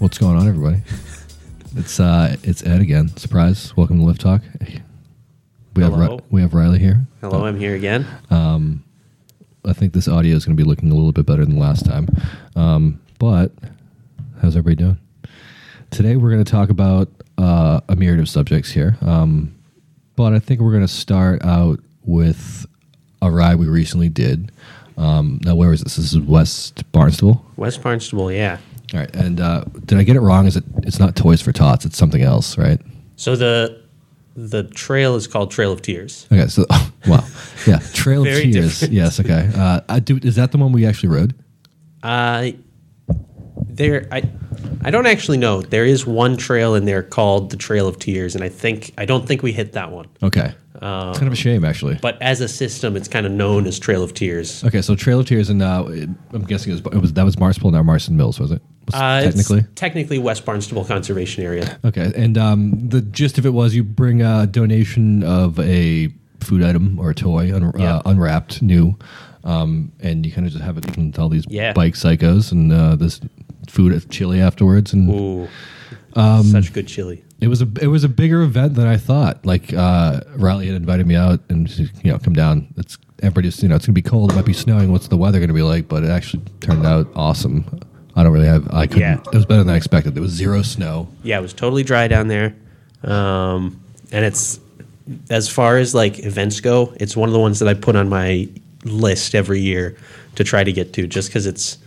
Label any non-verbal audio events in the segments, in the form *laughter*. What's going on, everybody? It's uh, it's Ed again. Surprise! Welcome to Lift Talk. We have Hello. Ri- we have Riley here. Hello, I'm here again. I think this audio is going to be looking a little bit better than last time. Um, but how's everybody doing? Today we're going to talk about uh, a myriad of subjects here. Um, but I think we're going to start out with a ride we recently did. Um, now, where is this? This is West Barnstable. West Barnstable, yeah. All right, and uh, did I get it wrong? Is it? It's not Toys for Tots. It's something else, right? So the the trail is called Trail of Tears. Okay, so *laughs* wow, yeah, *laughs* Trail of Very Tears. different. Yes, okay. Uh, I do. Is that the one we actually rode? Uh, there, I I don't actually know. There is one trail in there called the Trail of Tears, and I think I don't think we hit that one. Okay, it's kind of a shame actually. But as a system, it's kind of known as Trail of Tears. Okay, so Trail of Tears, and uh, it- I'm guessing it was, it was that was Marspole, now Marston Mills, was it? Was Uh, it's technically. technically West Barnstable Conservation Area. Okay, and um, the gist of it was you bring a donation of a food item or a toy un- Yeah. uh, unwrapped, new, um, and you kind of just have it with all these Yeah. bike psychos and uh, this food of chili afterwards, and Ooh, such good chili. it was a it was a bigger event than I thought. Like uh, Riley had invited me out, and she, you know, come down. It's everybody's you know, it's gonna be cold. It might be snowing. What's the weather gonna be like? But it actually turned out awesome. I don't really have. I couldn't. Yeah. It was better than I expected. There was zero snow. yeah, it was totally dry down there. Um, and it's as far as like events go, it's one of the ones that I put on my list every year to try to get to, just because it's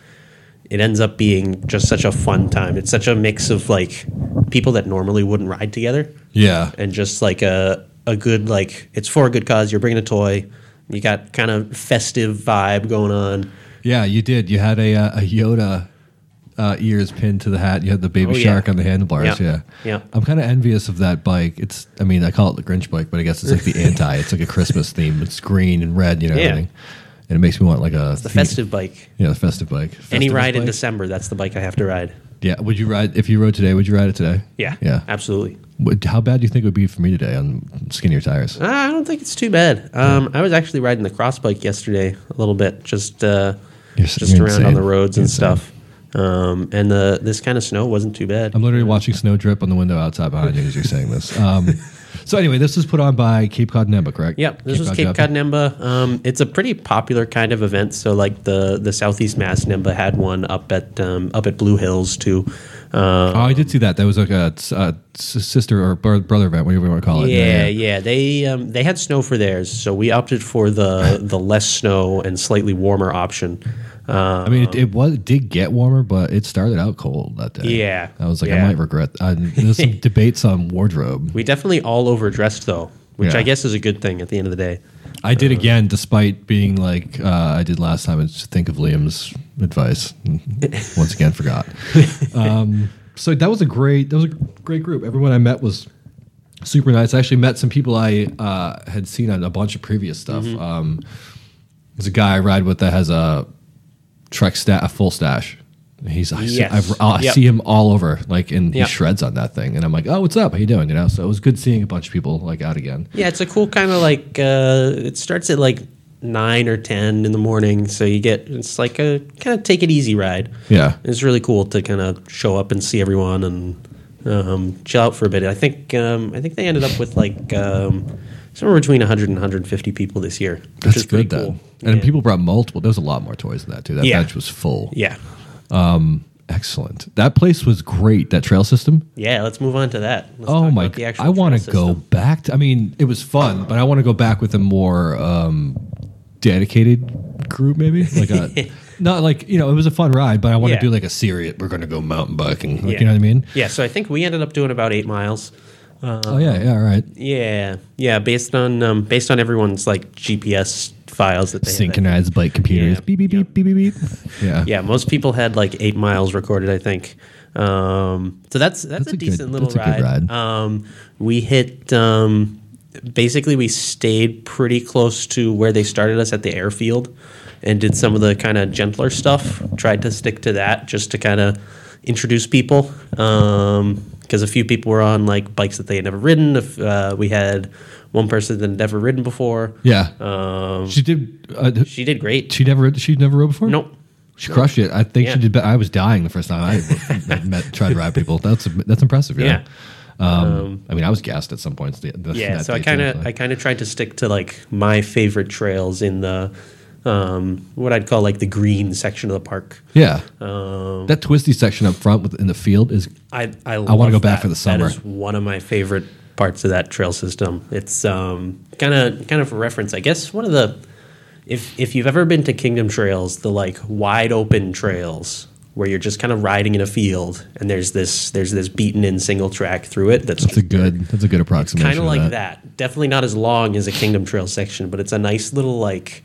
it ends up being just such a fun time. It's such a mix of like people that normally wouldn't ride together, Yeah. and just like a a good like it's for a good cause. You're bringing a toy, you got kind of festive vibe going on. Yeah, you did. You had a uh, a Yoda uh, ears pinned to the hat. You had the baby Oh, yeah. shark on the handlebars. Yeah. Yeah. Yeah. I'm kind of envious of that bike. It's. I mean, I call it the Grinch bike, but I guess it's like *laughs* the anti. It's like a Christmas theme. It's green and red. You know. Yeah. Everything. And it makes me want like a The festive bike, Yeah, the festive bike. any Festivus ride in bike? December, that's the bike I have to ride. Yeah. Would you ride if you rode today? Would you ride it today? Yeah, Yeah. absolutely. Would, how bad do you think it would be for me today on skinnier tires? Uh, I don't think it's too bad. Um, I was actually riding the cross bike yesterday a little bit, just uh, You're s- just you're around insane. on the roads and You're insane. stuff. Um, and the this kind of snow wasn't too bad. I'm literally watching snow drip on the window outside behind you as you're saying this. Um, *laughs* so anyway, this was put on by Cape Cod NEMA, correct? Yep, this was Cape Napa? Cod NEMBA. Um, it's a pretty popular kind of event. So, like the the Southeast Mass NEMBA had one up at um, up at Blue Hills too. Uh, Oh, I did see that. That was like a, s- a s- sister or bro- brother event, whatever you want to call it. yeah, yeah, they um, they had snow for theirs, so we opted for the the less snow and slightly warmer option. Uh, I mean, it, it was it did get warmer, but it started out cold that day. Yeah. I was like, Yeah. I might regret. I, there's *laughs* some debates on wardrobe. We definitely all overdressed though, which Yeah. I guess is a good thing at the end of the day. I did again, despite being like uh, I did last time. Is think of Liam's advice. Once again, *laughs* forgot. Um, so that was a great. That was a great group. Everyone I met was super nice. I actually met some people I uh, had seen on a bunch of previous stuff. Mm-hmm. Um, there's a guy I ride with that has a Trek sta- a full stash. He's I, see, Yes. I've, oh, I Yep. see him all over, like, and Yep. he shreds on that thing. And I'm like, oh, what's up? How you doing? You know. So it was good seeing a bunch of people like out again. Yeah, it's a cool kind of like uh, it starts at like nine or ten in the morning, so you get it's like a kind of take it easy ride. Yeah. It's really cool to kind of show up and see everyone and um, chill out for a bit. I think um, I think they ended up with like um, somewhere between 100 and 150 people this year. which That's is pretty good then. Cool. And Yeah. people brought multiple. There was a lot more toys than that too. That Yeah. bench was full. yeah, Excellent. That place was great. That trail system. yeah. Let's move on to that. Let's oh talk my! about the g- actual I want to trail go system. back. To, I mean, it was fun, but I want to go back with a more um, dedicated group, maybe like *laughs* a not like you know it was a fun ride, but I want to Yeah. do like a serious. We're going to go mountain biking. Like, Yeah. You know what I mean? Yeah. So I think we ended up doing about eight miles. oh yeah, yeah. All right. Yeah, yeah. Based on um, based on everyone's like GPS files that they had. Synchronized bike computers. Yeah. Beep beep beep beep beep beep. Yeah. Yeah, most people had like eight miles recorded, I think. Um, so that's that's, That's a, a good- decent little that's a ride. good ride. Um, we hit um, basically we stayed pretty close to where they started us at the airfield, and did some of the kind of gentler stuff. Tried to stick to that just to kind of introduce people because a few people were on like bikes that they had never ridden. If uh, we had one person that had never ridden before, Yeah. um, she did. Uh, she did great. she never. She never rode before. Nope. She crushed it. I think Yeah. she did. be- I was dying the first time *laughs* I met, tried to ride people. That's that's impressive. Yeah. Yeah. Um, I mean, I was gassed at some points. The, *laughs* the, yeah that so i day, kind too, of so. i kind of tried to stick to like my favorite trails in the um what i'd call like the green section of the park yeah. Um, that twisty section up front with, in the field is i i, wanna love go back that. for the summer. that is one of my favorite parts of that trail system it's um kind of kind of for reference i guess one of the if if you've ever been to kingdom trails the like wide open trails where you're just kind of riding in a field and there's this there's this beaten in single track through it that's that's a good that's a good approximation. kind of like that, that. Definitely not as long as a Kingdom Trail section, but it's a nice little like.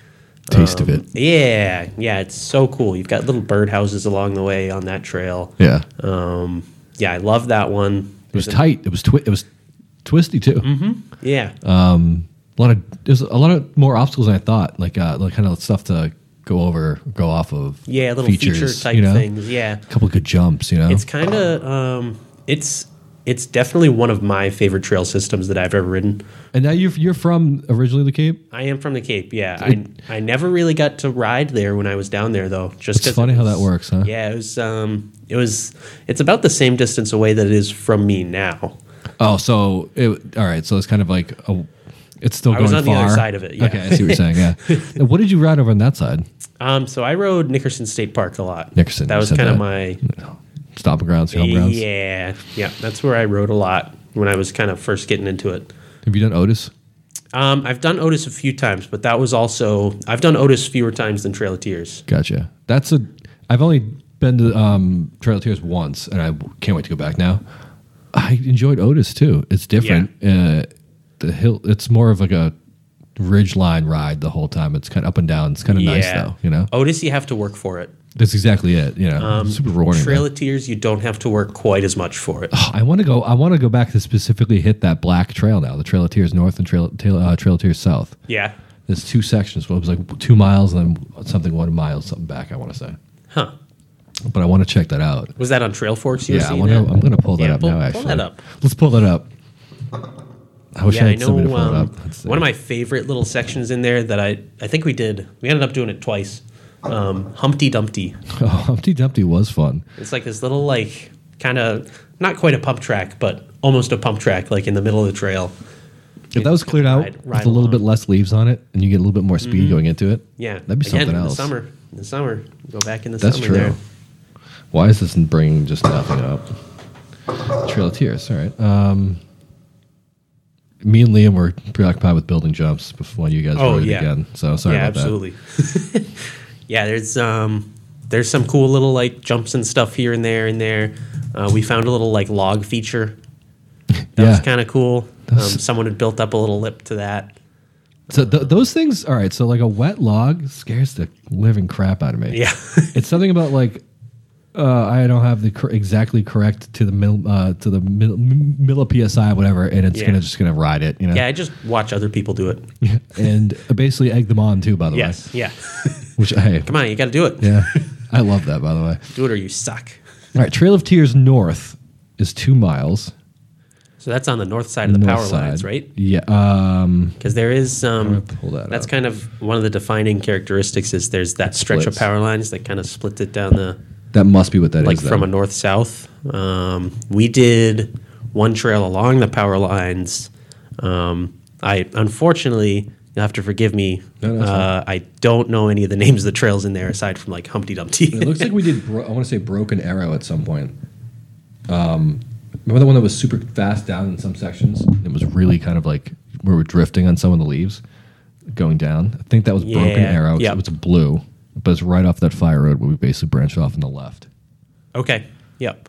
taste um, of it. Yeah, yeah, it's so cool. You've got little birdhouses along the way on that trail. Yeah, Um, yeah, I love that one. it was tight. It was twi- it was twisty too. Mm-hmm. Yeah, uh, A lot of there's a lot of more obstacles than I thought. Like uh, like kind of stuff to go over, go off of. yeah, little feature type you know? things. Yeah, A couple of good jumps. You know, it's kind of um, it's it's definitely one of my favorite trail systems that I've ever ridden. and now you're you're from originally the Cape. I am from the Cape. Yeah, I, I never really got to ride there when I was down there though. It's Just 'cause it funny how was- that works, huh? Yeah, it was. Um, it was. It's about the same distance away that it is from me now. Oh, so it, all right. So it's kind of like a, it's still I going was on the far. other side of it, yeah. Okay, I see what you're saying. *laughs* Yeah. And what did you ride over on that side? Um, so I rode Nickerson State Park a lot. Nickerson, That you was said kind of that. Hmm. my. Stomping grounds, home grounds. Yeah, yeah. That's where I rode a lot when I was kind of first getting into it. Have you done Otis? Um, I've done Otis a few times, but that was also I've done Otis fewer times than Trail of Tears. Gotcha. That's a. I've only been to um, Trail of Tears once, and I can't wait to go back now. I enjoyed Otis too. It's different. Uh, the hill. It's more of like a ridge line ride the whole time. It's kind of up and down. It's kind of nice Yeah. though. You know, Otis, you have to work for it. that's exactly it. You know, super rewarding. Um, Trail man. of Tears, you don't have to work quite as much for *sighs* it. I want to go. I want to go back to specifically hit that black trail now. The Trail of Tears North and Trail Trail, uh, trail of Tears South. Yeah. There's two sections. Well, it was like two miles and then something one mile, something back. I want to say, Huh. but I want to check that out. Was that on Trail Forks? You were yeah, I seeing want to. that? I'm going to pull that Yeah, up pull- now. pull Actually, that up. Let's pull that up. I wish Yeah, I I had somebody to know. pull it Um, up. Let's see. one of my favorite little sections in there that I I think we did. We ended up doing it twice. Um, Humpty Dumpty. *laughs* oh, Humpty Dumpty was fun. It's like this little like kind of not quite a pump track, but almost a pump track, like in the middle of the trail. If that was cleared out ride- with ride a little along. Mm-hmm. bit less leaves on it, and you get a little bit more speed going into it, Yeah, that'd be Again, something in else. The summer, in the summer, go back in the That's summer. true. There. Why is this bringing just nothing up? Trail of Tears. All right. Um, me and Liam were preoccupied with building jumps before you guys Oh, rode yeah. it again. So sorry yeah, about absolutely. *laughs* yeah, there's um, there's some cool little like jumps and stuff here and there and there. Uh, we found a little like log feature. That *laughs* was Yeah. kind of cool. Um, That's- someone had built up a little lip to that. *laughs* that. So th- those things. All right. So like a wet log scares the living crap out of me. Yeah, it's something about like uh, I don't have the cor- exactly correct to the mil, uh, to the mil, m- milli psi whatever, and it's Yeah. gonna just gonna ride it. You know. yeah. I just watch other people do it. *laughs* and basically egg them on too. By the Yes, yeah. way. Which hey. Come on, you got to do it. Yeah. *laughs* I love that. By the way. Do it or you suck. All right, Trail of Tears North is two miles. So that's on the north side of the north power side. lines, right? Yeah. Um, Because there is um, pull that that's up. kind of one of the defining characteristics is there's that stretch splits. of power lines that kind of splits it down the that must be what that is. like from a then. north south. Um, we did one trail along the power lines. Um, I unfortunately you'll have to forgive me. No, no, it's uh, I don't know any of the names of the trails in there aside from like Humpty Dumpty. it looks like we did. Bro- I want to say Broken Arrow at some point. Um, remember the one that was super fast down in some sections? It was really kind of like we were drifting on some of the leaves, going down. I think that was Broken Yeah, Arrow. yeah. It was blue, but it's right off that fire road where we basically branch off on the left. *laughs* okay. Yep.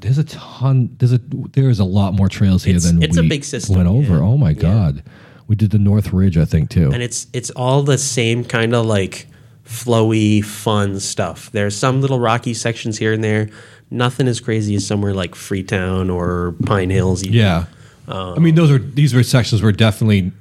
There's a ton. There's a there is a lot more trails here It's- than it's a we big system, went over. yeah. Oh my god, we did the North Ridge, I think too. and it's it's all the same kind of like flowy fun stuff there's some little rocky sections here and there nothing as crazy as somewhere like freetown or pine hills Yeah. I mean, those are these were sections were definitely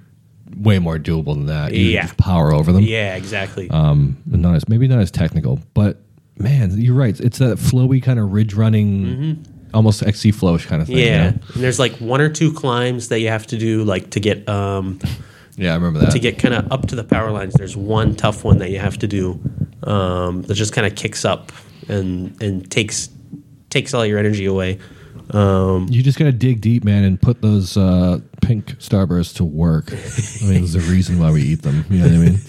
way more doable than that. You Yeah. just power over them. yeah exactly Um, but not as maybe not as technical, but man, you're right. It's that flowy kind of ridge running, almost XC flowish kind of thing. you Mm-hmm. yeah know? and there's like one or two climbs that you have to do like to get um Yeah, I remember that. to get kind of up to the power lines there's one tough one that you have to do um, that just kind of kicks up and and takes takes all your energy away. Um, You just gotta dig deep, man, and put those uh, pink starbursts to work. I mean, there's a reason why we eat them. You know what I mean?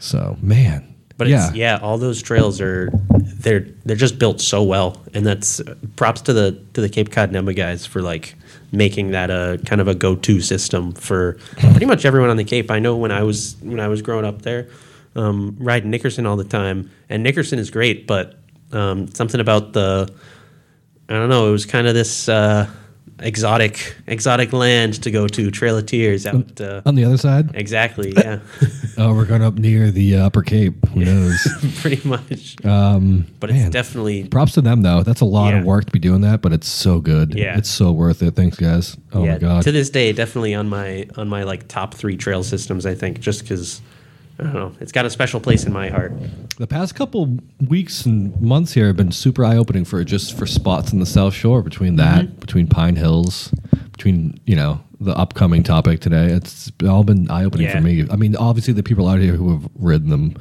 So, man. But yeah. it's yeah, all those trails are they're they're just built so well, and that's props to the to the Cape Cod NEMA guys for like making that a kind of a go to system for pretty much everyone on the Cape. I know when I was when I was growing up there, um, riding Nickerson all the time, and Nickerson is great, but um, something about the I don't know, it was kind of this. Uh, Exotic, exotic land to go to, Trail of Tears out. Uh, On the other side, exactly, yeah, *laughs* oh, we're going up near the uh, Upper Cape. Who knows? *laughs* pretty much. but man. it's definitely Props to them though. That's a lot Yeah. of work to be doing that, but it's so good. Yeah. it's so worth it. Thanks, guys. Oh yeah, my god. to this day, definitely on my on my like top three trail systems. I think just because I don't know, it's got a special place in my heart. The past couple weeks and months here have been super eye opening for just for spots in the South Shore between that, Mm-hmm. between Pine Hills, between you know the upcoming topic today. It's all been eye opening Yeah. for me. I mean, obviously the people out here who have ridden them,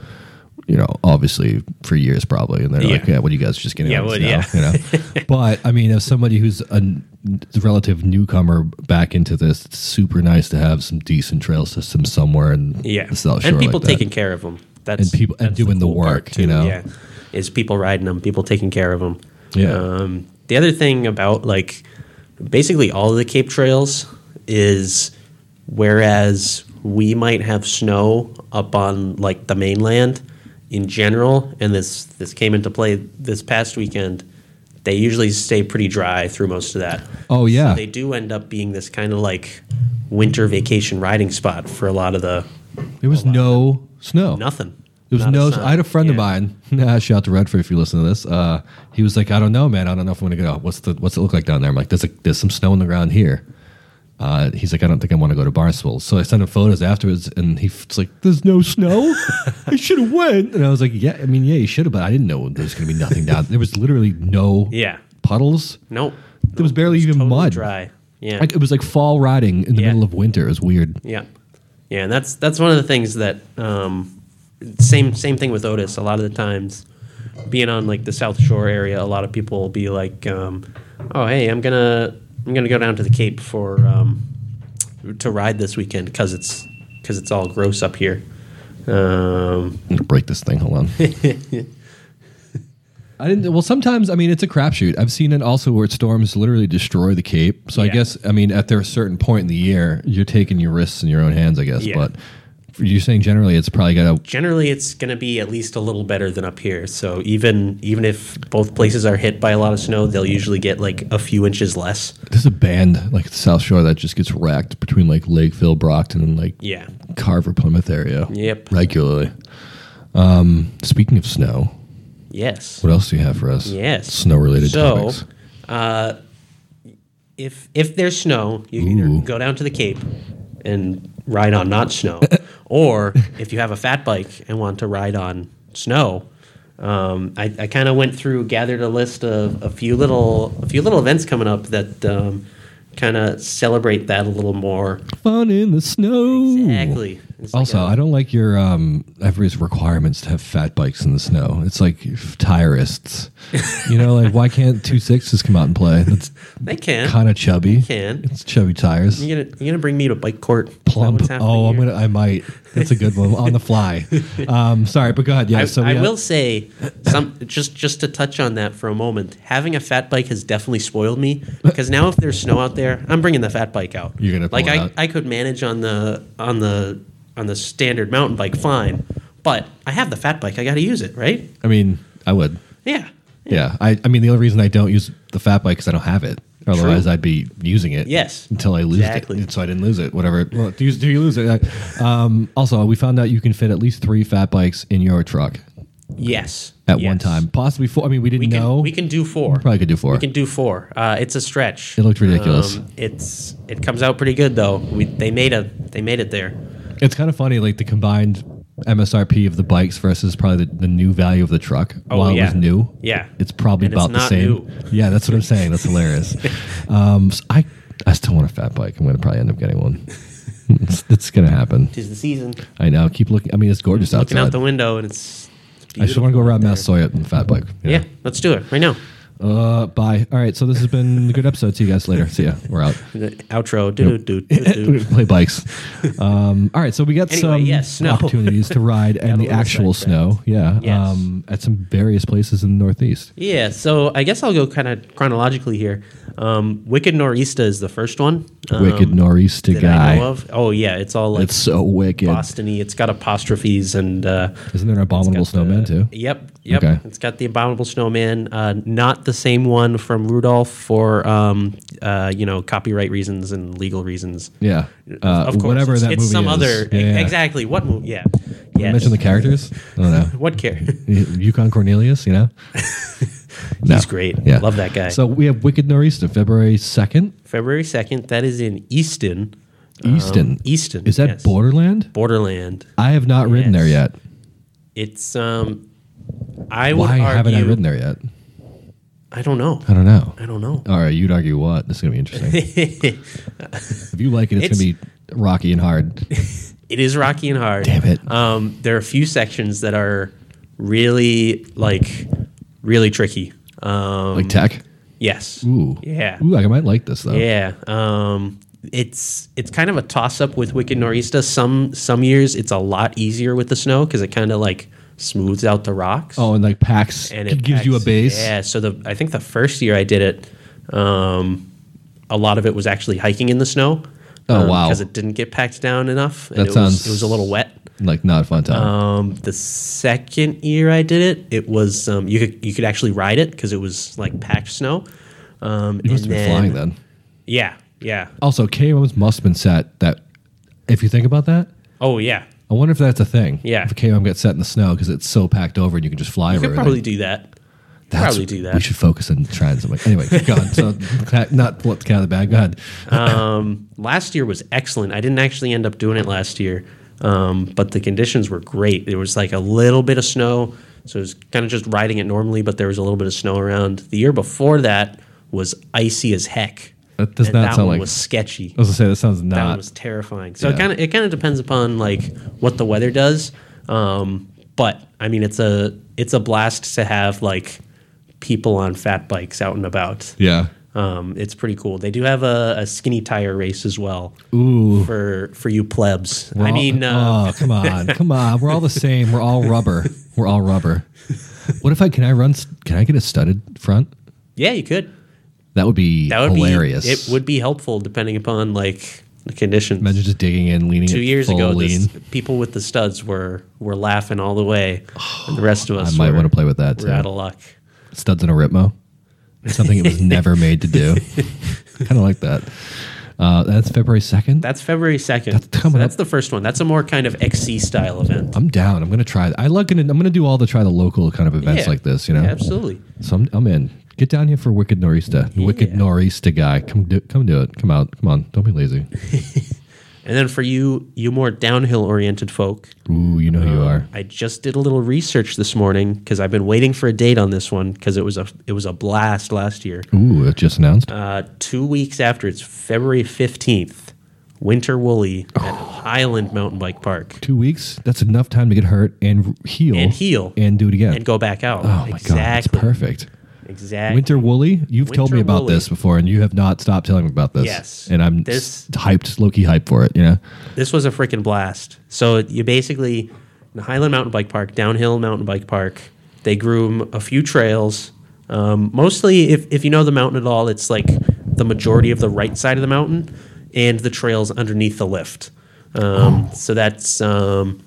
you know, obviously for years probably, and they're like, Yeah. yeah, what are you guys just getting Yeah, yeah, well, now? yeah. You *laughs* know, but I mean, as somebody who's a n- relative newcomer back into this, it's super nice to have some decent trail systems somewhere in Yeah, the South Shore and people like that. taking care of them. That's And people- and that's the doing the part, work, you know? yeah, is people riding them, people taking care of them. Yeah. Um, the other thing about like basically all of the Cape trails is whereas we might have snow up on like the mainland in general, and this this came into play this past weekend. They usually stay pretty dry through most of that. Oh, yeah. so they do end up being this kind of like winter vacation riding spot for a lot of the There was no snow. Nothing. There was Not a no. sign. I had a friend of Yeah. mine. *laughs* shout out to Redford if you listen to this. Uh, he was like, I don't know, man. I don't know if I'm gonna go. What's the What's it look like down there? I'm like, there's a, there's some snow on the ground here. Uh, he's like, I don't think I want to go to Barnstable. So I sent him photos afterwards, and he's like, "There's no *laughs* snow. I should have went." And I was like, "Yeah, I mean, yeah, you should have, but I didn't know there was gonna be nothing down. There was literally no Yeah. puddles. Nope. There was barely even Totally mud. dry. Yeah. Like, it was like fall riding in the Yeah. middle of winter. It was weird. yeah. Yeah, and that's that's one of the things that um, same same thing with Otis. A lot of the times, being on like the South Shore area, a lot of people will be like, um, "Oh, hey, I'm gonna I'm gonna go down to the Cape for um, to ride this weekend because it's because it's all gross up here." Um, I'm gonna break this thing. Hold on. *laughs* I didn't. Well, sometimes I mean it's a crapshoot. I've seen it also where storms literally destroy the Cape. So I Yeah. guess I mean at their certain point in the year, you're taking your risks in your own hands. I guess, Yeah. but you're saying generally it's probably got to. generally it's going to be at least a little better than up here. So even even if both places are hit by a lot of snow, they'll usually get like a few inches less. There's a band like the South Shore that just gets wrecked between like Lakeville, Brockton, and like Yeah. Carver, Plymouth area. Yep. regularly. Um, speaking of snow, Yes. what else do you have for us? Yes. snow related So, uh, topics. If if there's snow, you can Ooh. either go down to the Cape and ride on *laughs* not snow, or if you have a fat bike and want to ride on snow. Um, I, I kind of went through, gathered a list of a few little, a few little events coming up that um, kind of celebrate that a little more. Fun in the snow. Exactly. It's like uh, Also, a- I don't like your um, everybody's requirements to have fat bikes in the snow. It's like f- tirists. you know, like why *laughs* can't two sixes come out and play? That's They can. kind of chubby. can. It's chubby tires. You gonna you gonna bring me to bike court? Is that Plump. what's happening Oh, I'm here? gonna. I might. That's a good one on the *laughs* fly. Um, sorry, but go ahead. Yeah. I, so we I have- will say, some just just to touch on that for a moment. Having a fat bike has definitely spoiled me because now if there's snow out there, I'm bringing the fat bike out. You're gonna pull like it I out. I could manage on the on the on the standard mountain bike fine, but I have the fat bike. I got to use it, right? I mean, I would. Yeah. Yeah. I. I mean, the only reason I don't use the fat bike is I don't have it. Otherwise, I'd be using it. Yes. Until I lose Exactly. it. So I didn't lose it. Whatever. Well, do you, do you lose it? Um, also, we found out you can fit at least three fat bikes in your truck Yes. at one Yes. time, possibly four. I mean, we didn't We can, know. we can do four. probably could do four. We can do four. Uh, it's a stretch. Um, It looked ridiculous. it's it comes out pretty good though. We, they made a they made it there. it's kind of funny, like the combined MSRP of the bikes versus probably the, the new value of the truck while it Oh, yeah. was new. Yeah. it's probably And it's about the not same. new. Yeah, that's what I'm saying. That's *laughs* hilarious. um, so I I still want a fat bike. I'm going to probably end up getting one. it's, it's going to happen. Tis the season. I know. Keep looking. I mean, it's gorgeous Looking outside. out the window and it's, it's I just want to go around Massasoit and Fat Bike. Yeah, let's do it right now. Uh, bye. All right. So this has been a good episode. See you guys later. See ya. We're out. The outro. Do, do, do, do, *laughs* do. *laughs* Play bikes. Um, all right. So we got Anyway, some yes, snow. opportunities to *laughs* ride a and the little actual snow. sidetracked. Yeah. Yes. Um, at some various places in the Northeast. Yeah, so I guess I'll go kind of chronologically here. Um, Wicked Norista is the first one. Um, wicked nor'easter that guy. I know of. Oh yeah, it's all like It's so wicked. Bostony. It's got apostrophes and uh, Isn't there an abominable got the- snowman *laughs* too? Yep, yep. Okay. It's got the abominable snowman. Uh, not the same one from Rudolph for um, uh, you know copyright reasons and legal reasons. Yeah. Uh, of course, whatever it's, that it's movie some is. other Yeah, yeah. exactly what movie? Yeah, Did I yeah. Mention the characters. I don't know. *laughs* what care? Y- Yukon Cornelius, you know? *laughs* He's great. Love that guy. So we have Wicked Nor'easter, February 2nd, February second. That is in Easton. Easton. Um, Easton. Is that yes. Borderland? Borderland? I have not ridden there Yes. yet. It's um. I would Why argue, haven't I ridden there yet? I don't know. I don't know. I don't know. All right, you'd argue what? This is going to be *laughs* interesting. if you like it, it's, going to be rocky and hard. It is rocky and hard. Damn it. Um, there are a few sections that are really like really tricky. Um, Like tech? yes. Ooh. Yeah. Ooh, I might like this, though. Yeah. Um, it's it's kind of a toss up with Wicked Norista. Some some years it's a lot easier with the snow because it kind of like smooths out the rocks. Oh, and like packs, and it gives you a packs- base. Yeah. So the I think the first year I did it, um, a lot of it was actually hiking in the snow. Oh, wow. Because it didn't get packed down enough. And That it sounds- Was, it was a little wet. Like, not a fun time. Um, the second year I did it, it was um, you could you could actually ride it because it was like packed snow. Um, you must have been flying then. Yeah, yeah. Also, KOMs must have been set that, if you think about that, Oh yeah. I wonder if that's a thing. Yeah. If a KOM gets set in the snow because it's so packed over and you can just fly You over could it. probably do that. That's- probably do that. We should focus on trying something. Anyway, go on. *laughs* So, ca- not let the cat out of the bag. Go ahead. Um, last year was excellent. I didn't actually end up doing it last year, um, but the conditions were great. There was like a little bit of snow, so it was kind of just riding it normally, but there was a little bit of snow around. The year before that was icy as heck. That does And not that sound one like- was sketchy. I was going to say, that sounds that not. one was terrifying. So Yeah. it kind of it kind of depends upon like what the weather does. Um, but I mean, it's a it's a blast to have like people on fat bikes out and about. yeah. Um, it's pretty cool. They do have a, a skinny tire race as well Ooh. for for you plebs. We're I all- mean, uh, oh, come *laughs* on. Come on. We're all the same. We're all rubber. We're all rubber. What if I can I run? s- Can I get a studded front? yeah, you could. That would be That would hilarious. be it would be helpful depending upon like the conditions. Imagine just digging in, leaning Two it years full ago, lean. this, people with the studs were were laughing all *sighs* the way, and the rest of I us might were- want to play with that too. We're out of luck. studs in a Ritmo. Something it *laughs* was never made to do. kind of like that. Uh, that's February 2nd. That's February second. That's That's, coming that's up. the first one. That's a more kind of XC style event. I'm down. I'm going to try. I like it. I'm going to do all the try the local kind of events Yeah. like this, you know? Yeah, absolutely. So I'm, I'm in. Get down here for Wicked Norista. Wicked Yeah. Norista guy. Come do, come do it. Come out. Come on. Don't be lazy. And then for you, you more downhill oriented folk, Ooh, you know who you are. I just did a little research this morning because I've been waiting for a date on this one because it was a it was a blast last year. Ooh, it just announced. Uh, two weeks after it's February fifteenth, Winter Woolly Oh. at Highland Mountain Bike Park Two weeks. That's enough time to get hurt and r- heal. And heal. And do it again. and go back out. oh, my God. It's perfect. Exactly. Winter Woolly, you've told Winter me about Woolley. this before, and you have not stopped telling me about this. Yes. and I'm This- s- hyped, Loki hyped for it. You know, this was a freaking blast. So you basically the Highland Mountain Bike Park, downhill mountain bike park. They groom a few trails. Um, mostly, if if you know the mountain at all, it's like the majority of the right side of the mountain and the trails underneath the lift. Um, so that's um,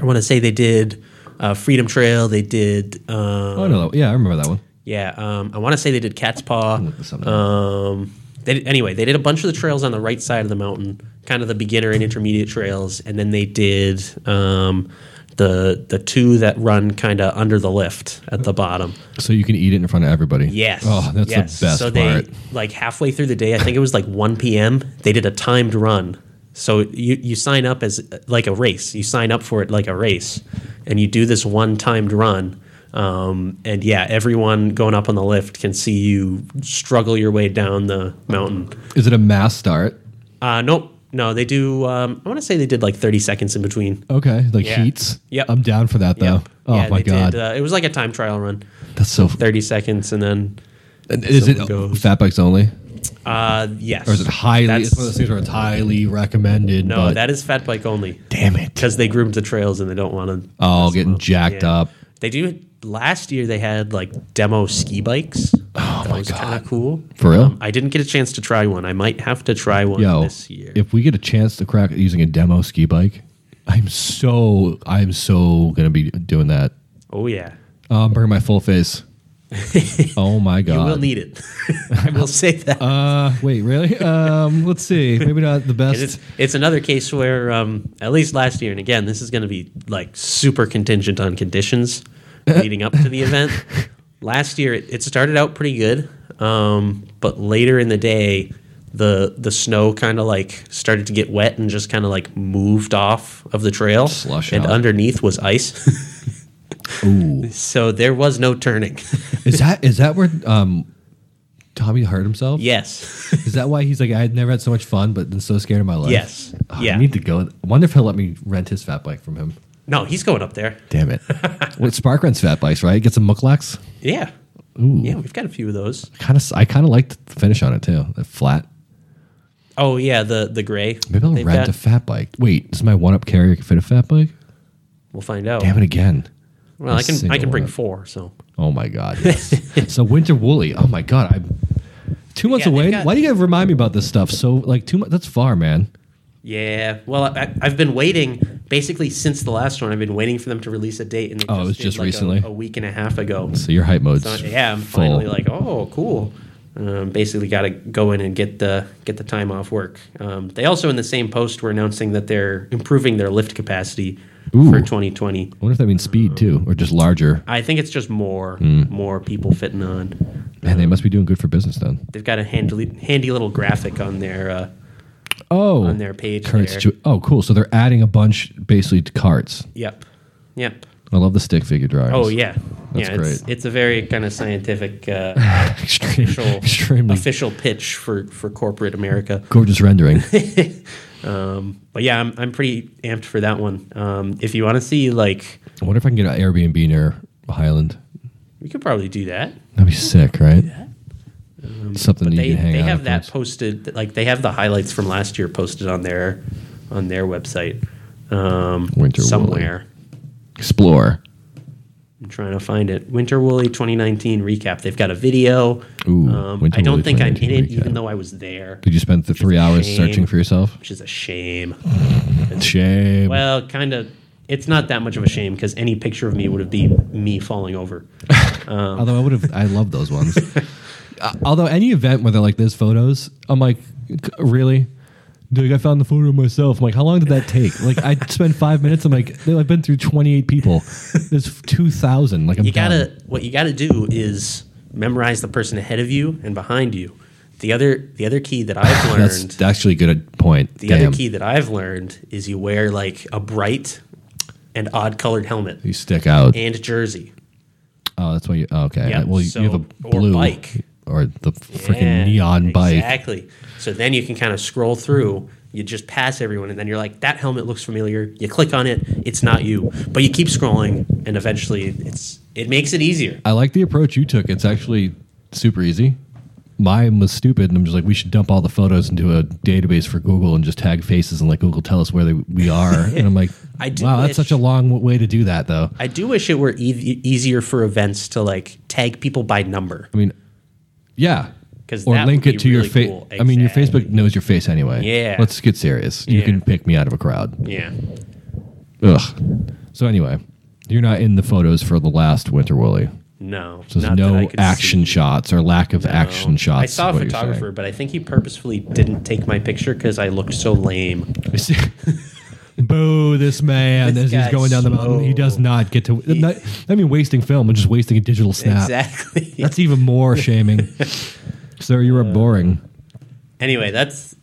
I want to say they did uh, Freedom Trail. They did um, oh no, yeah, I remember that one. yeah, um, I want to say they did Cat's Paw. look this up now. Um, they, anyway, they did a bunch of the trails on the right side of the mountain, kind of the beginner and intermediate trails, and then they did um, the the two that run kind of under the lift at the bottom. So you can eat it in front of everybody. Yes. Oh, that's yes. the best So they part. like halfway through the day, I think it was like 1 p.m. They did a timed run. So you you sign up as uh, like a race. You sign up for it like a race, and you do this one timed run. Um, and yeah, everyone going up on the lift can see you struggle your way down the mountain. Is it a mass start? Uh, nope. No, they do. Um, I want to say they did like 30 seconds in between. Okay, like Yeah. heats. Yep. I'm down for that though. Yep. Oh Yeah, my they god, Did, uh, it was like a time trial run, that's so. 30 seconds, and then And is it someone goes- fat bikes only, uh, yes. or is it highly? That's- it's one of those things where it's highly recommended. No, but that is fat bike only damn it. because they groomed the trails and they don't want to. Oh, getting jacked Yeah. up. They do. Last year they had like demo ski bikes. Oh that my was God. kind of cool. Um, For real? I didn't get a chance to try one. I might have to try one Yo, this year. if we get a chance to crack at using a demo ski bike, I'm so I'm so gonna be doing that. oh yeah, Oh, I'm burning my full *laughs* face. oh my god. you will need it. *laughs* I will say that. uh, wait, *laughs* really? Um, let's see. Maybe not the best. it's it's another case where um, at least last year and again this is going to be like super contingent *laughs* on conditions leading up to the event last year it, it started out pretty good um, but later in the day the the snow kind of like started to get wet and just kind of like moved off of the trail Slush and out. underneath *laughs* was ice Ooh, so there was no turning *laughs* is that is that where um, Tommy hurt himself? yes Is that why he's like I had never had so much fun, but been so scared in my life? Yes. Oh, Yeah. I need to go. I wonder if he'll let me rent his fat bike from him. no he's going up there Damn *laughs* it. Wait, Spark rents fat bikes, right? Get some mucklax. yeah yeah we've got a few of those Kind of. I kind of liked the finish on it too. That flat. oh yeah the the gray Maybe I'll they've rent got. a fat bike. Wait, is my one up carrier can fit a fat bike? we'll find out Damn it again. Well, I A can I single can bring one. four. So Oh my god. *laughs* Yes. so winter woolly. Oh my god. I'm two months Yeah, they've away. got- Why do you guys remind me about this stuff? So like two months. That's far, man. yeah. Well, I- I, I've been waiting basically since the last one. I've been waiting for them to release a date. And they Oh, it was did, just like, a- recently? a, week and a half ago. So your hype mode's So yeah, I'm full. finally like, oh, cool. Um, basically, got to go in and get the get the time off work. Um, they also in the same post were announcing that they're improving their lift capacity for Ooh. 2020. I wonder if that means speed too, or just larger. I think it's just more Hmm. more people fitting on. Man, they must be doing good for business then. They've got a handy handy little graphic on their uh, Oh, on their page. current there. situ- Oh, cool. So they're adding a bunch basically to carts. Yep, yep. I love the stick figure drawings. Oh yeah, That's yeah. It's, great. it's a very kind of scientific uh, *laughs* *laughs* Extreme, official, extremely official pitch for for corporate America. gorgeous *laughs* rendering. Um, but yeah, I'm I'm pretty amped for that one. Um, if you want to see, like, I wonder if I can get an Airbnb near Highland. we could probably do that. That'd be sick, right? Something that you can Um, They hang they out have that afterwards. posted. Like they have the highlights from last year posted on their on their website um, Winter Woolly. somewhere. Explore. I'm trying to find it. Winter Woolly 2019 recap. They've got a video. Ooh, um, Winter I don't Woolly think I'm in 2019 it, even recap. though I was there, Did you spend the three a hours shame. searching for yourself? which is a shame. Shame. Well, kind of. It's not that much of a shame because any picture of me would have been me *laughs* falling over. although I would have, I love those ones. Uh, although any event where they're like, "There's photos," I'm like, "C- "Really?" Dude, I found the photo myself. I'm like, "How long did that take?" Like, I spent five minutes. I'm like, "Dude, "I've been through 28 people. There's 2,000." Like, I'm You done. gotta. What you gotta do is memorize the person ahead of you and behind you. The other. The other key that I've learned. *laughs* That's actually a good uh, point. the Damn. other key that I've learned is you wear like a bright and odd colored helmet You stick out. and jersey. Oh, that's why you. oh, okay. Yeah, well, you, so- you have a or blue bike. or the freaking Yeah, neon bike. Exactly. So then you can kind of scroll through. You just pass everyone, and then you're like, "That helmet looks familiar." You click on it; it's not you, but you keep scrolling, and eventually, it's it makes it easier. I like the approach you took. It's actually super easy. Mine was stupid, and I'm just like, we should dump all the photos into a database for Google and just tag faces and let Google tell us where they, we *laughs* are. and I'm like, I do wow, wish- that's such a long w- way to do that, though. I do wish it were e- easier for events to like tag people by number. I mean, yeah, 'Cause or that link would it be to your really face. cool. I mean, your Exactly. Facebook knows your face anyway. Yeah. let's get serious. You Yeah. can pick me out of a crowd. Yeah. Ugh. So anyway, you're not in the photos for the last Winter Woolly. No. So there's not that I no could action see. shots or lack of action No. shots. I saw a is what you're photographer, but I think he purposefully didn't take my picture because I looked so lame. saying. *laughs* Boo! This man This as he's guy's going down the mountain, he slow. does not get to. Not, I mean, wasting film and just wasting a digital snap. Exactly. That's even *laughs* more shaming, sir. You Uh, are boring. Anyway, that's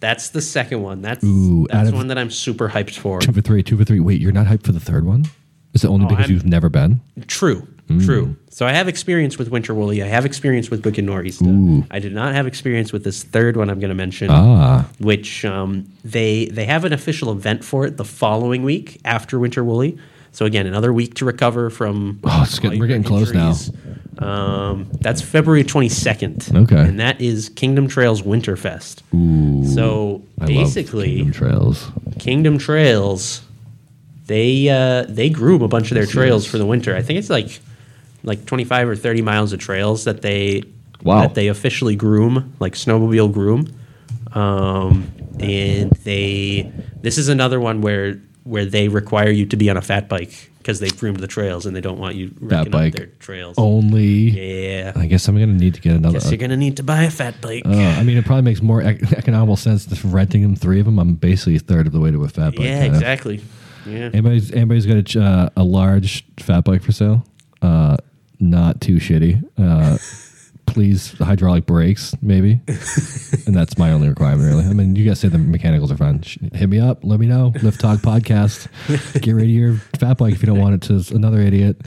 that's the second one. That's Ooh, out that's of- one that I'm super hyped for. Two for three, two for three. Wait, you're not hyped for the third one? Is it only because Oh, I'm- you've never been? True. True. So I have experience with winter woolly. I have experience with wicked nor'easter. Ooh. I did not have experience with this third one I'm going to mention, Ah, which um, they they have an official event for it the following week after winter woolly. So again, another week to recover from. Oh, it's getting- we're getting close now. now. Um, that's February 22nd. Okay. and that is Kingdom Trails Winterfest. So I basically, love Kingdom Trails. Kingdom Trails, they uh, they groom a bunch of their Yes, trails yes. for the winter. I think it's like like twenty five or thirty miles of trails that they Wow. that they officially groom, like snowmobile groom. Um, and they this is another one where where they require you to be on a fat bike because they've groomed the trails and they don't want you wrecking up bike. their trails. Only, yeah. I guess I'm gonna need to get another. Guess you're gonna need to buy a fat bike. uh, I mean, it probably makes more ec- economical sense than renting them three of them. I'm basically a third of the way to a fat bike. yeah, kind of. exactly. Yeah. Anybody's anybody's got a, ch- uh, a large fat bike for sale? Uh, not too shitty. Uh, *laughs* please hydraulic brakes, *laughs* maybe. and that's my only requirement, really. I mean, you guys say the mechanicals are fine. Sh- Hit me up. Let me know. Lift Talk Podcast. Get rid of your fat bike if you don't want it to s- another idiot,